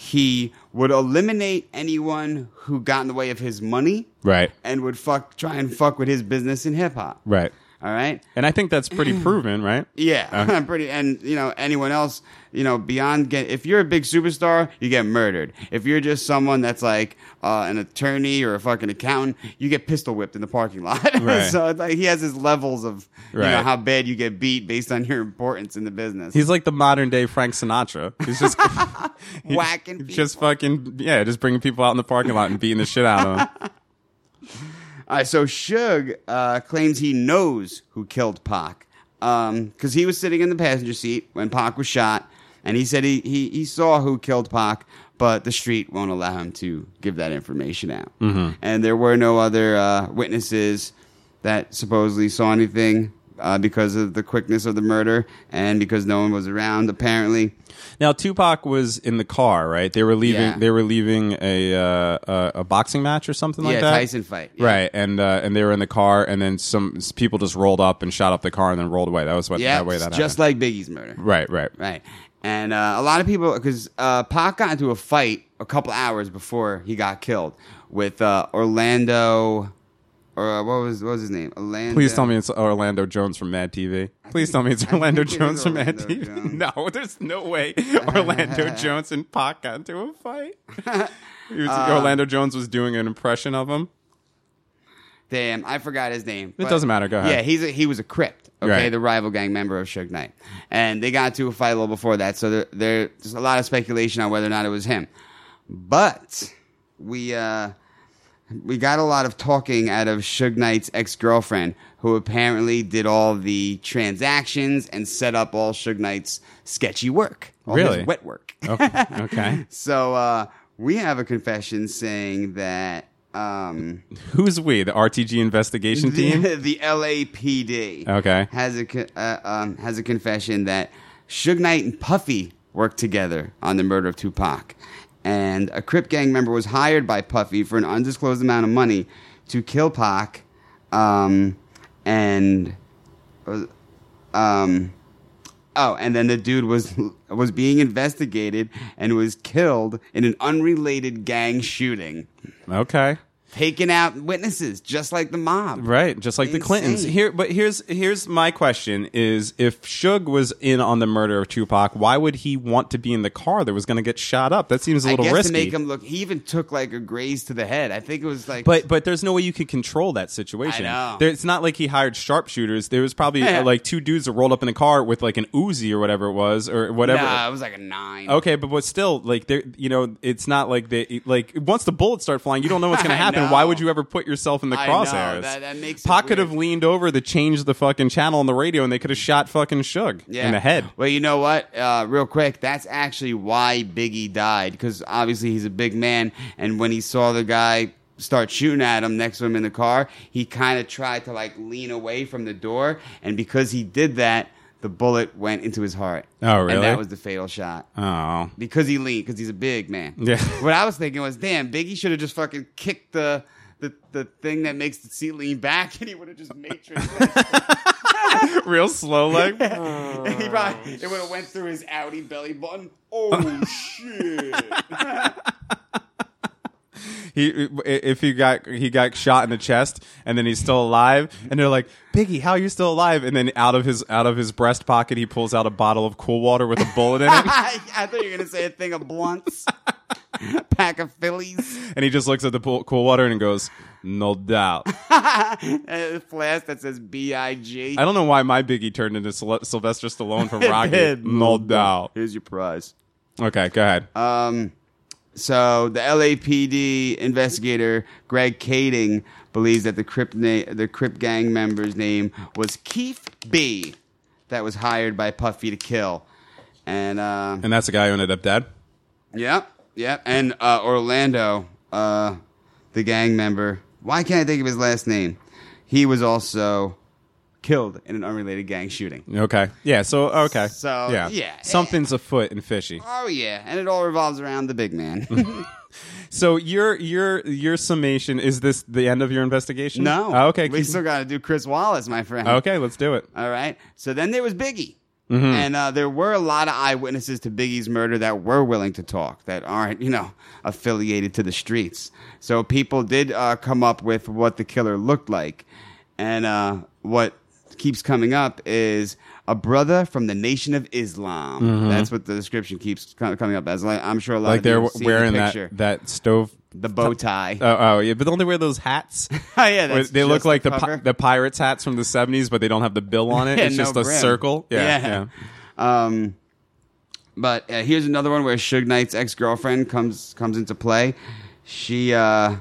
B: he would eliminate anyone who got in the way of his money
A: right,
B: and would fuck try and fuck with his business in hip hop.
A: right.
B: All right.
A: And I think that's
B: <clears throat>
A: pretty proven, right?
B: Yeah,
A: Uh-huh.
B: I'm <laughs> pretty. And you know, anyone else, you know, beyond get, if you're a big superstar, you get murdered. If you're just someone that's like uh, an attorney or a fucking accountant, you get pistol whipped in the parking lot. <laughs>
A: Right.
B: so it's like he has his levels of you know
A: Right.
B: how bad you get beat based on your importance in the business.
A: He's like the modern day Frank Sinatra. He's <laughs> just
B: <laughs> whacking. people.
A: just fucking yeah, just bringing people out in the parking lot and beating the shit out
B: <laughs>
A: of them.
B: All right, so Suge uh, claims he knows who killed Pac because he was sitting in the passenger seat when Pac was shot, and he said he, he, he saw who killed Pac, but the street won't allow him to give that information out.
A: Mm-hmm.
B: And there were no other uh, witnesses that supposedly saw anything uh, because of the quickness of the murder and because no one was around, apparently.
A: Now Tupac was in the car, right? They were leaving.
B: Yeah.
A: They were leaving a uh, a, a boxing match or something
B: yeah,
A: like that.
B: Tyson fight. Yeah.
A: Right, and uh, and they were in the car, and then some s- people just rolled up and shot up the car, and then rolled away. That was what
B: Yeah,
A: that way that
B: just
A: happened.
B: like Biggie's murder.
A: right, right,
B: Right. And uh, a lot of people, because uh, Pac got into a fight a couple hours before he got killed with uh, Orlando, or uh, what was what was his name? Orlando.
A: Please tell me it's Orlando Jones from Mad TV. Please tell me it's
B: I think
A: Orlando
B: it is
A: Jones from Mad
B: Orlando
A: TV.
B: Jones.
A: <laughs> No, there's no way
B: <laughs>
A: Orlando Jones and Pac got into a fight. He was-
B: Uh,
A: Orlando Jones was doing an impression of
B: <laughs>
A: him.
B: Damn, I forgot his name.
A: It doesn't matter. Go ahead.
B: Yeah, he's a, he was a crypt. Okay,
A: Right.
B: the rival gang member of Suge Knight, and they got into a fight a little before that. So there, there's a lot of speculation on whether or not it was him. But we uh, we got a lot of talking out of Suge Knight's ex girlfriend, who apparently did all the transactions and set up all Suge Knight's sketchy work, all his
A: Really?
B: wet work. <laughs>
A: Okay. okay.
B: So uh, we have a confession saying that. Um,
A: Who's we? The RTG
B: <laughs>
A: investigation team.
B: the, the LAPD.
A: Okay.
B: Has a co- uh, um, has a confession that Suge Knight and Puffy worked together on the murder of Tupac, and a Crip gang member was hired by Puffy for an undisclosed amount of money to kill Pac, um, and uh, um. Oh, and then the dude was was being investigated and was killed in an unrelated gang shooting,
A: Okay.
B: taking out witnesses just like the mob.
A: Right, just like the Clintons.
B: Insane.
A: Here, but here's here's my question: Is if Suge was in on the murder of Tupac, why would he want to be in the car that was going to get shot up? That seems a little
B: I guess
A: risky.
B: to make him look. He even took like a graze to the head. I think it was like.
A: but but there's no way you could control that situation.
B: I know.
A: There, it's not like he hired sharpshooters. There was probably
B: Yeah. <laughs>
A: uh, like two dudes that rolled up in a car with like an Uzi or whatever it was or whatever.
B: nah, it was like a nine.
A: Okay, but but still, like there, you know, it's not like they like once the bullets start flying, you don't know what's going
B: <laughs> I
A: to happen.
B: know.
A: Why would you ever put yourself in the
B: I know,
A: crosshairs?
B: that- that makes it
A: Pac could
B: weird.
A: have leaned over to change the fucking channel on the radio, and they could have shot fucking Shug in the
B: <laughs>
A: head.
B: Well, you know what? Uh, real quick, that's actually why Biggie died because obviously he's a big man, and when he saw the guy start shooting at him next to him in the car, he kind of tried to like lean away from the door, and because he did that, the bullet went into his heart.
A: Oh, really?
B: And that was the fatal shot.
A: Oh,
B: because he leaned because he's a big man.
A: Yeah.
B: <laughs> what I was thinking was, damn, Biggie should have just fucking kicked the the, the thing that makes the seat lean back, and he would have just matrix. <laughs>
A: real slow, like
B: he probably it would have went through his Audi belly button.
A: <laughs>
B: Oh shit!
A: <laughs>
B: <laughs>
A: he if he got he got shot in the chest, and then he's still alive, and they're like, Biggie, how are you still alive? And then out of his out of his breast pocket, he pulls out a bottle of cool water with a bullet in it.
B: <laughs> I, I thought you were gonna say a thing of blunts, <laughs> pack of Phillies, <laughs>
A: And he just looks at the pool, cool water and goes, "No doubt."
B: a flask that says B I G.
A: I don't know why my Biggie turned into Syl- Sylvester Stallone from
B: <laughs> It
A: Rocky.
B: did.
A: No doubt.
B: Here's your prize.
A: Okay, go ahead.
B: Um, so the LAPD investigator Greg Kading believes that the Crip na- the Crip gang member's name was Keith B, that was hired by Puffy to kill, and uh,
A: and that's the guy who ended up dead.
B: yep, yep, and uh, Orlando, uh, the gang member. Why can't I think of his last name? He was also killed in an unrelated gang shooting.
A: Okay, yeah. So okay,
B: So, yeah.
A: something's afoot and fishy.
B: Oh yeah, and it all revolves around the big man.
A: So your your your summation is this the end of your investigation?
B: <laughs> no,
A: Oh, okay.
B: we still got to do Chris Wallace, my friend.
A: okay, let's do it.
B: All right. So then there was Biggie.
A: Mm-hmm.
B: And uh, there were a lot of eyewitnesses to Biggie's murder that were willing to talk, that aren't, you know, affiliated to the streets. So people did uh, come up with what the killer looked like. And uh, what keeps coming up is a brother from the Nation of Islam. That's what the description keeps co- coming up as. Like, I'm sure a lot
A: Mm-hmm. like
B: of people
A: they're
B: see the
A: wearing
B: picture.
A: that that stove.
B: the bow tie.
A: Oh, oh yeah, but don't they wear those hats?
B: Oh, <laughs> yeah,
A: Where
B: <laughs> that's
A: they look
B: just
A: like
B: the
A: the pi-
B: cover.
A: the pirates hats from the seventies, but they don't have the bill on it.
B: <laughs> Yeah,
A: it's
B: no
A: just a
B: brim.
A: circle. Yeah,
B: Yeah.
A: yeah.
B: Um, but uh, here's another one where Suge Knight's ex girlfriend comes comes into play. She uh,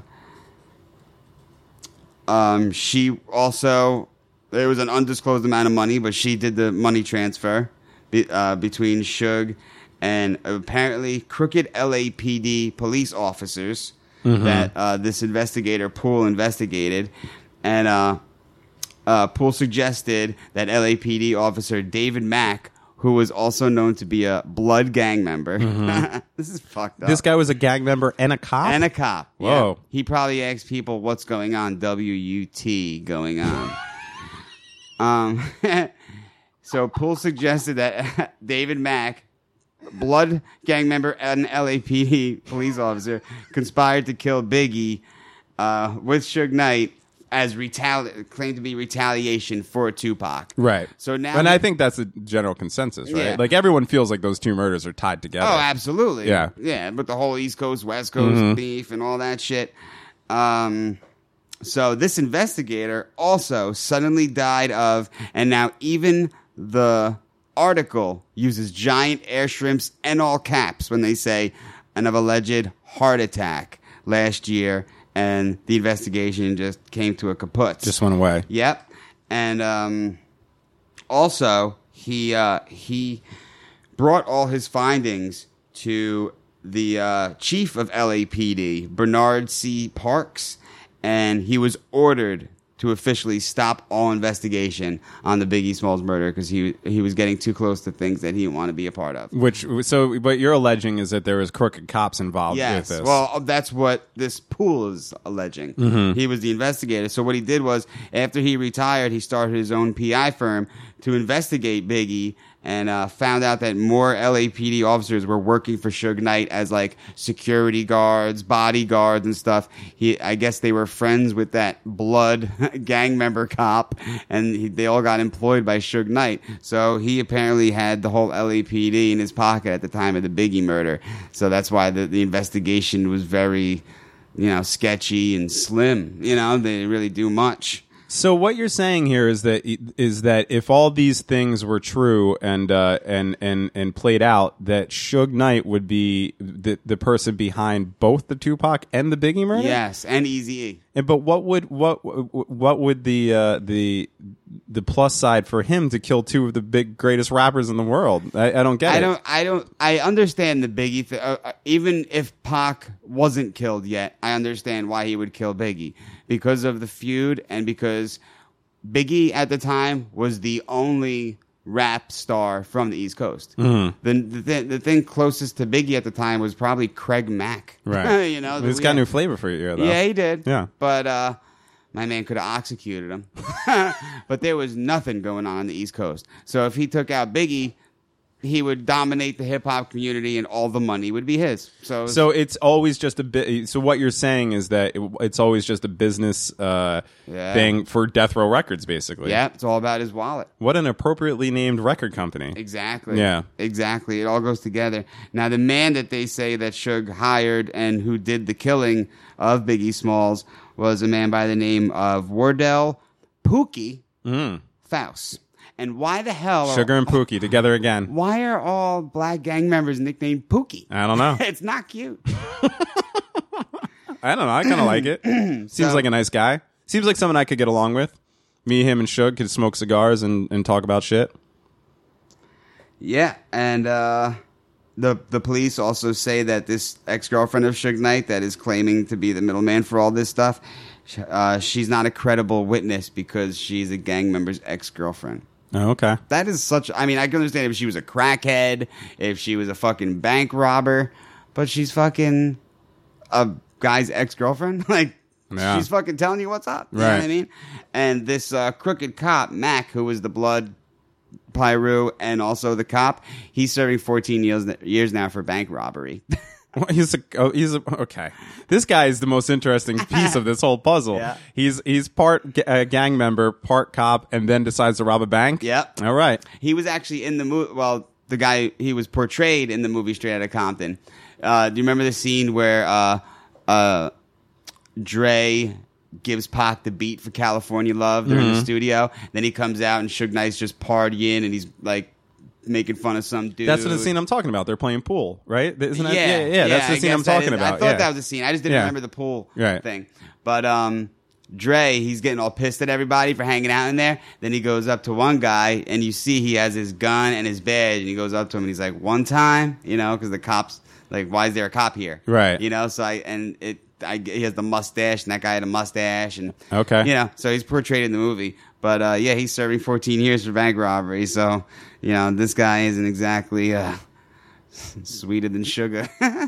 B: um, she also there was an undisclosed amount of money, but she did the money transfer be, uh, between Suge and apparently crooked LAPD police officers that uh, this investigator Poole investigated, and uh, uh, Poole suggested that LAPD officer David Mack, who was also known to be a blood gang member, <laughs> this is fucked up.
A: This guy was a gang member and a cop.
B: and a cop. yeah.
A: Whoa.
B: He probably asked people what's going on, WUT going on. um, <laughs> so Poole suggested that <laughs> David Mack, blood gang member and LAPD police officer, conspired to kill Biggie uh, with Suge Knight as retali- claimed to be retaliation for Tupac.
A: Right.
B: So now
A: and
B: he-
A: I think that's the general consensus, right?
B: Yeah.
A: Like everyone feels like those two murders are tied together.
B: Oh, absolutely.
A: Yeah. Mm-hmm.
B: Yeah, but the whole East Coast, West Coast beef and all that shit. Um, so this investigator also suddenly died of, and now even the article uses giant air shrimps and all caps when they say an of alleged heart attack last year, and the investigation just came to a kaput.
A: Just went away.
B: Yep. And um, also, he uh, he brought all his findings to the uh, chief of LAPD, Bernard C. Parks, and he was ordered to officially stop all investigation on the Biggie Smalls murder because he he was getting too close to things that he didn't want to be a part of.
A: Which so what you're alleging is that there was crooked cops involved
B: Yes.
A: with this.
B: Well, uh, that's what this pool is alleging.
A: Mm-hmm.
B: He was the investigator. So what he did was, after he retired, he started his own PI firm to investigate Biggie and uh, found out that more LAPD officers were working for Suge Knight as like security guards, bodyguards, and stuff. He, I guess, they were friends with that blood <laughs> gang member cop, and he, they all got employed by Suge Knight. So he apparently had the whole LAPD in his pocket at the time of the Biggie murder. So that's why the, the investigation was very, you know, sketchy and slim. You know, they didn't really do much.
A: so what you're saying here is that is that if all these things were true and uh, and and and played out, that Suge Knight would be the the person behind both the Tupac and the Biggie murder.
B: Yes, and Easy.
A: And but what would what what would the uh, the the plus side for him to kill two of the big greatest rappers in the world? I, I don't get
B: I
A: it.
B: don't. I don't. I understand the Biggie. Th- uh, uh, even if Pac wasn't killed yet, I understand why he would kill Biggie because of the feud and because Biggie at the time was the only rap star from the East Coast.
A: Mm-hmm.
B: The, the thi- the thing closest to Biggie at the time was probably Craig Mack.
A: Right.
B: <laughs> you know,
A: it's
B: we
A: got
B: had-
A: new flavor for you, though.
B: Yeah, he did.
A: Yeah.
B: But uh, my man could have executed him. <laughs> but there was nothing going on on the East Coast. So if he took out Biggie, he would dominate the hip hop community, and all the money would be his. So,
A: So it's always just a bit. So what you're saying is that it, it's always just a business uh,
B: Yeah.
A: thing for Death Row Records, basically.
B: yeah, it's all about his wallet.
A: What an appropriately named record company.
B: Exactly.
A: Yeah.
B: Exactly. It all goes together. Now, the man that they say that Suge hired and who did the killing of Biggie Smalls was a man by the name of Wardell Pookie Faust. And why the hell? are-
A: Hmm. Sugar and Pookie together again.
B: why are all black gang members nicknamed Pookie?
A: I don't know.
B: <laughs> it's not cute.
A: I don't know. I kind of like
B: <clears throat>
A: it. Seems like a nice guy. Seems like someone I could get along with. Me, him, and Suge could smoke cigars and, and talk about shit.
B: yeah, and uh, the the police also say that this ex girlfriend of Suge Knight that is claiming to be the middleman for all this stuff, sh- uh, she's not a credible witness because she's a gang member's ex girlfriend.
A: Oh, okay. <laughs>
B: That is such. I mean, I can understand if she was a crackhead, if she was a fucking bank robber, but she's fucking a guy's ex girlfriend. <laughs> Like,
A: Yeah.
B: she's fucking telling you what's up. You know what I
A: Right.
B: mean? And this uh, crooked cop, Mac, who was the blood Pyru and also the cop, he's serving 14 years, years now for bank robbery. <laughs>
A: Well, he's a oh, he's a, okay. This guy is the most interesting piece of this whole puzzle.
B: <laughs> Yeah.
A: He's he's part g- uh, gang member, part cop, and then decides to rob a bank.
B: Yep.
A: All right.
B: He was actually in the movie. Well, the guy he was portrayed in the movie Straight Outta Compton. Uh, do you remember the scene where uh, uh, Dre gives Pac the beat for California Love? They're in
A: Mm-hmm.
B: the studio. Then he comes out and Suge Knight's just partying and he's like making fun of some dude.
A: That's the scene I'm talking about. They're playing pool, right? Isn't that, yeah, That's
B: I
A: the scene I'm
B: guess that
A: talking
B: is-
A: about.
B: I thought
A: yeah.
B: that was the scene. I just didn't
A: Yeah.
B: remember the pool
A: Right.
B: thing. But um, Dre, he's getting all pissed at everybody for hanging out in there. Then he goes up to one guy, and you see he has his gun and his badge, and he goes up to him and he's like, "One time, you know, because the cops like, why is there a cop here?
A: Right.
B: You know, so I and it. I, he has the mustache, and that guy had a mustache, and
A: Okay.
B: you know, so he's portrayed in the movie. But uh, yeah, he's serving 14 years for bank robbery, so you know this guy isn't exactly uh, <laughs> sweeter than sugar. <laughs>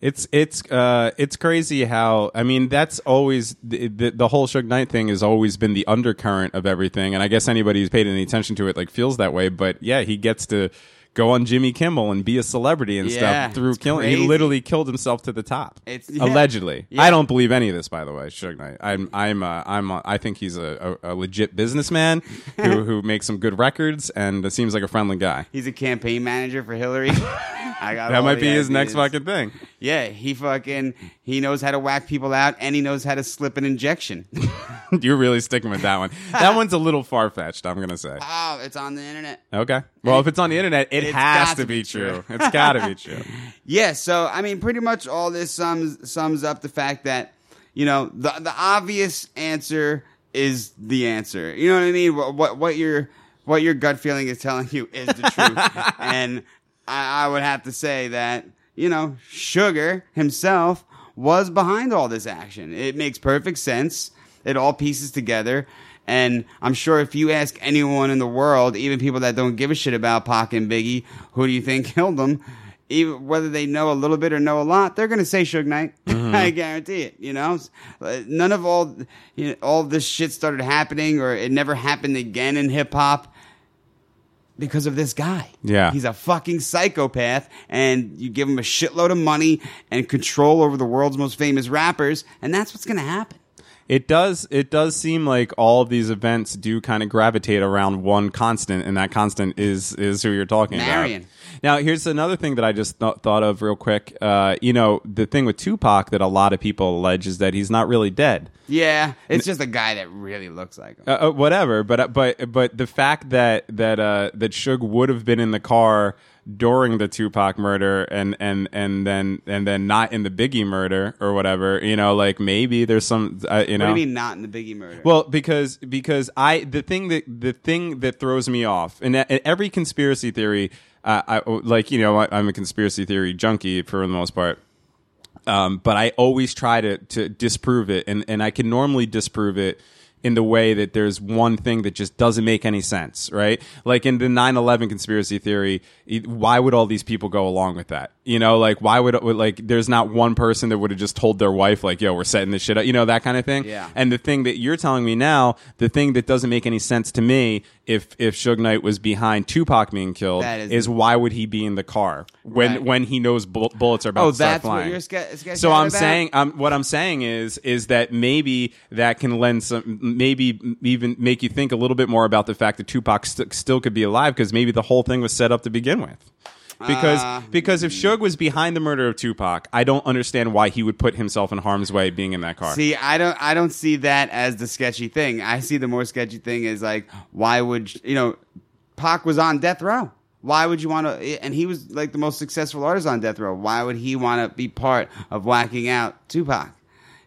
A: It's it's uh it's crazy how I mean that's always the, the the whole Suge Knight thing has always been the undercurrent of everything, and I guess anybody who's paid any attention to it like feels that way. But yeah, he gets to go on Jimmy Kimmel and be a celebrity and
B: Yeah,
A: stuff through
B: it's
A: killing. He
B: crazy.
A: literally killed himself to the top.
B: It's- yeah.
A: allegedly.
B: Yeah.
A: I don't believe any of this, by the way. Suge Knight. I'm I'm uh, I'm uh, I think he's a, a, a legit
B: <laughs>
A: businessman who who makes some good records and seems like a friendly guy.
B: He's a campaign manager
A: <laughs>
B: for Hillary. I got
A: That
B: all
A: might
B: the
A: be his next
B: ideas.
A: fucking thing.
B: Yeah, he fucking he knows how to whack people out, and he knows how to slip
A: <laughs>
B: an injection.
A: You're really sticking with that one. That one's a little far fetched, I'm going to say.
B: oh, it's on the internet.
A: Okay. Well, if it's on the internet, it
B: It's
A: has
B: got
A: to
B: to
A: be
B: be
A: true. It's got to be true.
B: Yeah, so I mean, pretty much all this sums sums up the fact that you know the the obvious answer is the answer. You know what I mean? What what, what your what your gut feeling is telling you is the truth, and I, I would have to say that you know Sugar himself was behind all this action. It makes perfect sense. It all pieces together. And I'm sure if you ask anyone in the world, even people that don't give a shit about Pac and Biggie, who do you think <laughs> killed them? Even whether they know a little bit or know a lot, they're going to say Suge Knight. <laughs>
A: Mm-hmm.
B: I guarantee it. You know, Uh, none of all you know, all this shit started happening, or it never happened again in hip hop because of this guy.
A: Yeah.
B: he's a fucking psychopath, and you give him a shitload of money and control over the world's most famous rappers, and that's what's going to happen.
A: It does it does seem like all of these events do kind of gravitate around one constant and that constant is is who you're talking
B: Marion.
A: about. Now, here's another thing that I just th- thought of real quick. Uh, you know, the thing with Tupac that a lot of people allege is that he's not really dead.
B: Yeah, it's just a guy that really looks like him.
A: uh, uh, whatever. But but but the fact that that uh, that Suge would have been in the car during the Tupac murder and and and then and then not in the Biggie murder or whatever, you know, like maybe there's some, uh, you know,
B: what do you mean not in the Biggie murder?
A: well, because because I the thing that the thing that throws me off, and, and every conspiracy theory, uh, I like you know I, I'm a conspiracy theory junkie for the most part. Um, but I always try to to disprove it, and and I can normally disprove it in the way that there's one thing that just doesn't make any sense, right? Like in the 9/11 conspiracy theory, it- why would all these people go along with that? You know, like why would like there's not one person that would have just told their wife like, "Yo, we're setting this shit up," you know, that kind of thing.
B: Yeah.
A: And the thing that you're telling me now, the thing that doesn't make any sense to me, if if Suge Knight was behind Tupac being killed,
B: That is-
A: is, why would he be in the car when
B: Right.
A: when he knows bull- bullets are about
B: Oh,
A: to start
B: that's what
A: flying?
B: you're sca- sketching
A: so
B: out
A: I'm
B: about?
A: saying, um, what I'm saying is is that maybe that can lend some, maybe even make you think a little bit more about the fact that Tupac st- still could be alive because maybe the whole thing was set up to begin with. Because
B: Uh,
A: because if Suge was behind the murder of Tupac, I don't understand why he would put himself in harm's way being in that car.
B: See, I don't, I don't see that as the sketchy thing. I see the more sketchy thing is like, why would you know, Pac was on death row. Why would you want to? And he was like the most successful artist on death row. Why would he want to be part of whacking out Tupac?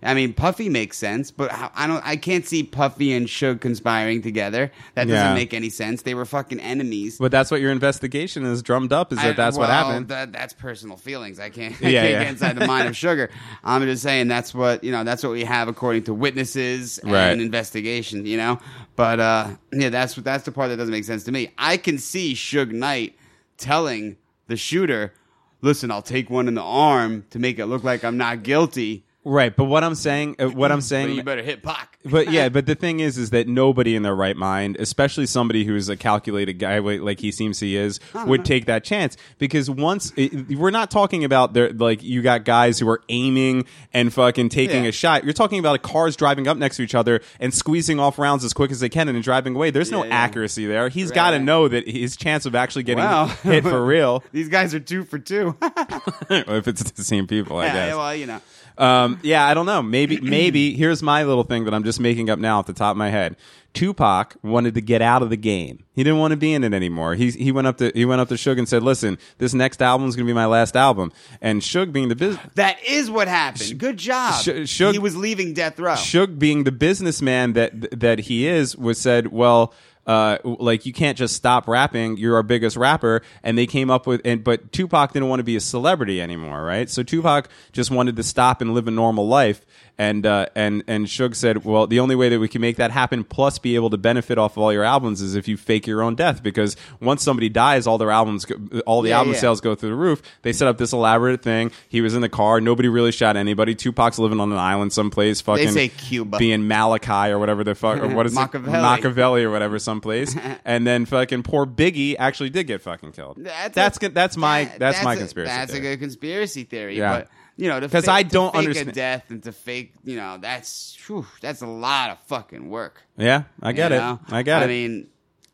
B: I mean, Puffy makes sense, but I I don't. I can't see Puffy and Suge conspiring together. That doesn't
A: Yeah.
B: make any sense. They were fucking enemies.
A: But that's what your investigation is drummed up is that
B: I-
A: that's what
B: well,
A: happened.
B: That, that's personal feelings. I can't, <laughs> I
A: Yeah,
B: can't
A: yeah.
B: get inside the mind of sugar.
A: <laughs>
B: I'm just saying that's what you know. That's what we have according to witnesses and
A: Right.
B: investigation. You know, but uh, yeah, that's what that's the part that doesn't make sense to me. I can see Suge Knight telling the shooter, "Listen, I'll take one in the arm to make it look like I'm not guilty."
A: right. But what I'm saying, uh, what I'm
B: But
A: saying,
B: you better hit
A: <laughs>
B: Pac.
A: but yeah, but the thing is, is that nobody in their right mind, especially somebody who's a calculated guy wa- like he seems he is, would take that chance because once it, we're not talking about there, like you got guys who are aiming and fucking taking
B: Yeah.
A: a shot. You're talking about cars driving up next to each other and squeezing off rounds as quick as they can and then driving away. There's no
B: Yeah, yeah.
A: accuracy there. He's got to
B: Right.
A: know that his chance of actually getting
B: Wow.
A: hit
B: <laughs>
A: for real, <laughs>
B: These guys are two for two. <laughs>
A: if it's the same people, I guess.
B: yeah, well, you know.
A: Um, yeah, I don't know. Maybe, maybe <clears throat> here's my little thing that I'm just making up now off the top of my head. Tupac wanted to get out of the game. He didn't want to be in it anymore. He he went up to he went up to Suge and said, "Listen, this next album's going to be my last album." And Suge being the business.
B: That is what happened. Good job.
A: Sh- should-
B: he was leaving death row.
A: Suge being the businessman that that he is was said, well, uh, like you can't just stop rapping. You're our biggest rapper, and they came up with and but Tupac didn't want to be a celebrity anymore, right? So Tupac just wanted to stop and live a normal life, and uh, and and Suge said, well, the only way that we can make that happen, plus be able to benefit off of all your albums, is if you fake your own death, because once somebody dies, all their albums, go, all the
B: Yeah,
A: album
B: yeah.
A: sales go through the roof. They set up this elaborate thing. He was in the car. Nobody really shot anybody. Tupac's living on an island someplace. Fucking fucking
B: They say Cuba.
A: being Malachi or whatever the fuck or what is
B: Machiavelli.
A: it Machiavelli or whatever
B: <laughs>
A: someplace, and then fucking poor Biggie actually did get fucking killed.
B: That's a-
A: that's good- that's my
B: that-
A: that's, my
B: a-
A: conspiracy.
B: That's
A: theory.
B: a good conspiracy theory.
A: Yeah.
B: But you know, to
A: 'Cause
B: fake-
A: I
B: to
A: don't
B: fake
A: understand-
B: a death and to fake, you know, that's whew, that's a lot of fucking work.
A: Yeah, I get
B: you
A: it.
B: know?
A: I get it.
B: I mean,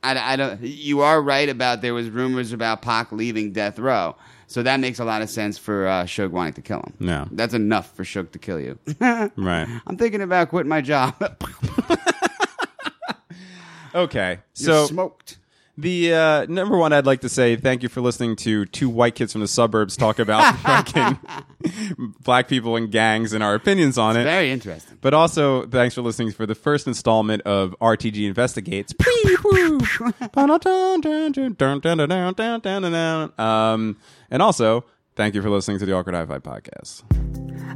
B: I, I don't. You are right about there was rumors about Pac leaving death row, so that makes a lot of sense for uh, Suge wanting to kill him.
A: No.
B: that's enough for Suge to kill you. <laughs>
A: right.
B: I'm thinking about quitting my job. <laughs>
A: Okay.
B: so
A: So
B: smoked.
A: the uh, number one, I'd like to say thank you for listening to two white kids from the suburbs talk about
B: <laughs>
A: fucking <laughs> black people and gangs and our opinions on it.
B: Very interesting.
A: But also, thanks for listening for the first installment of RTG Investigates. um, and also, thank you for listening to the Awkward Hi-Fi podcast.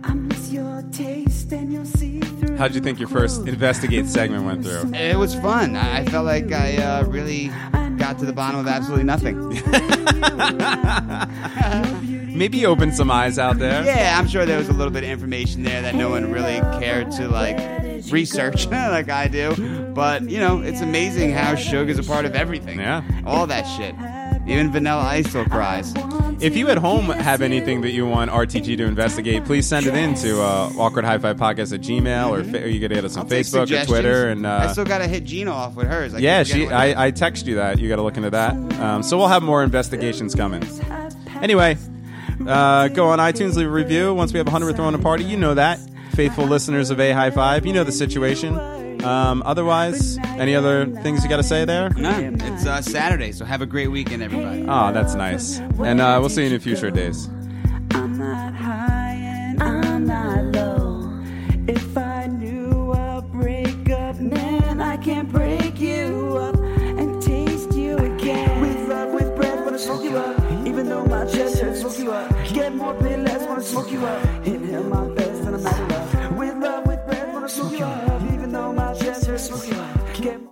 F: I miss your taste and your see-through.
A: How'd you think your first Investigate segment went through?
B: It was fun. I I felt like I uh, really got to the bottom of absolutely nothing.
A: Maybe you opened some eyes out there.
B: Yeah, I'm sure there was a little bit of information there that no one really cared to like research <laughs> like I do. But you know, it's amazing how Suge is a part of everything.
A: Yeah.
B: all that shit. Even Vanilla Ice still cries.
A: If you at home have anything that you want RTG to investigate, please send it in to uh, awkward hi fi podcast at Gmail or, fa- or you can hit us on
B: Take
A: Facebook or
B: suggestions.
A: Twitter. And uh,
B: I still gotta hit Gina off with hers. I keep
A: Yeah,
B: forgetting
A: she.
B: what her-
A: I, I text you that. You got to look into that. Um, so we'll have more investigations coming. Anyway, uh, go on iTunes, leave a review. Once we have 100, we're throwing a party. You know that. Faithful listeners of A High Five, you know the situation. Um, otherwise, any other things you got to say there?
B: No, it's uh, Saturday, so have a great weekend, everybody.
A: Oh, that's nice. And uh, we'll see you in the future days.
F: I'm not high and I'm not low. If I knew a breakup, man, I can't break you up and taste you again.
G: With love, with breath, wanna smoke you up. Even though my chest hurts, smoke you up. Get more, pay less, wanna smoke you up. Inhale my best, and I'm out of love. With love, with breath, wanna smoke you up. Even though my chest hurts, smoke you up. Get more.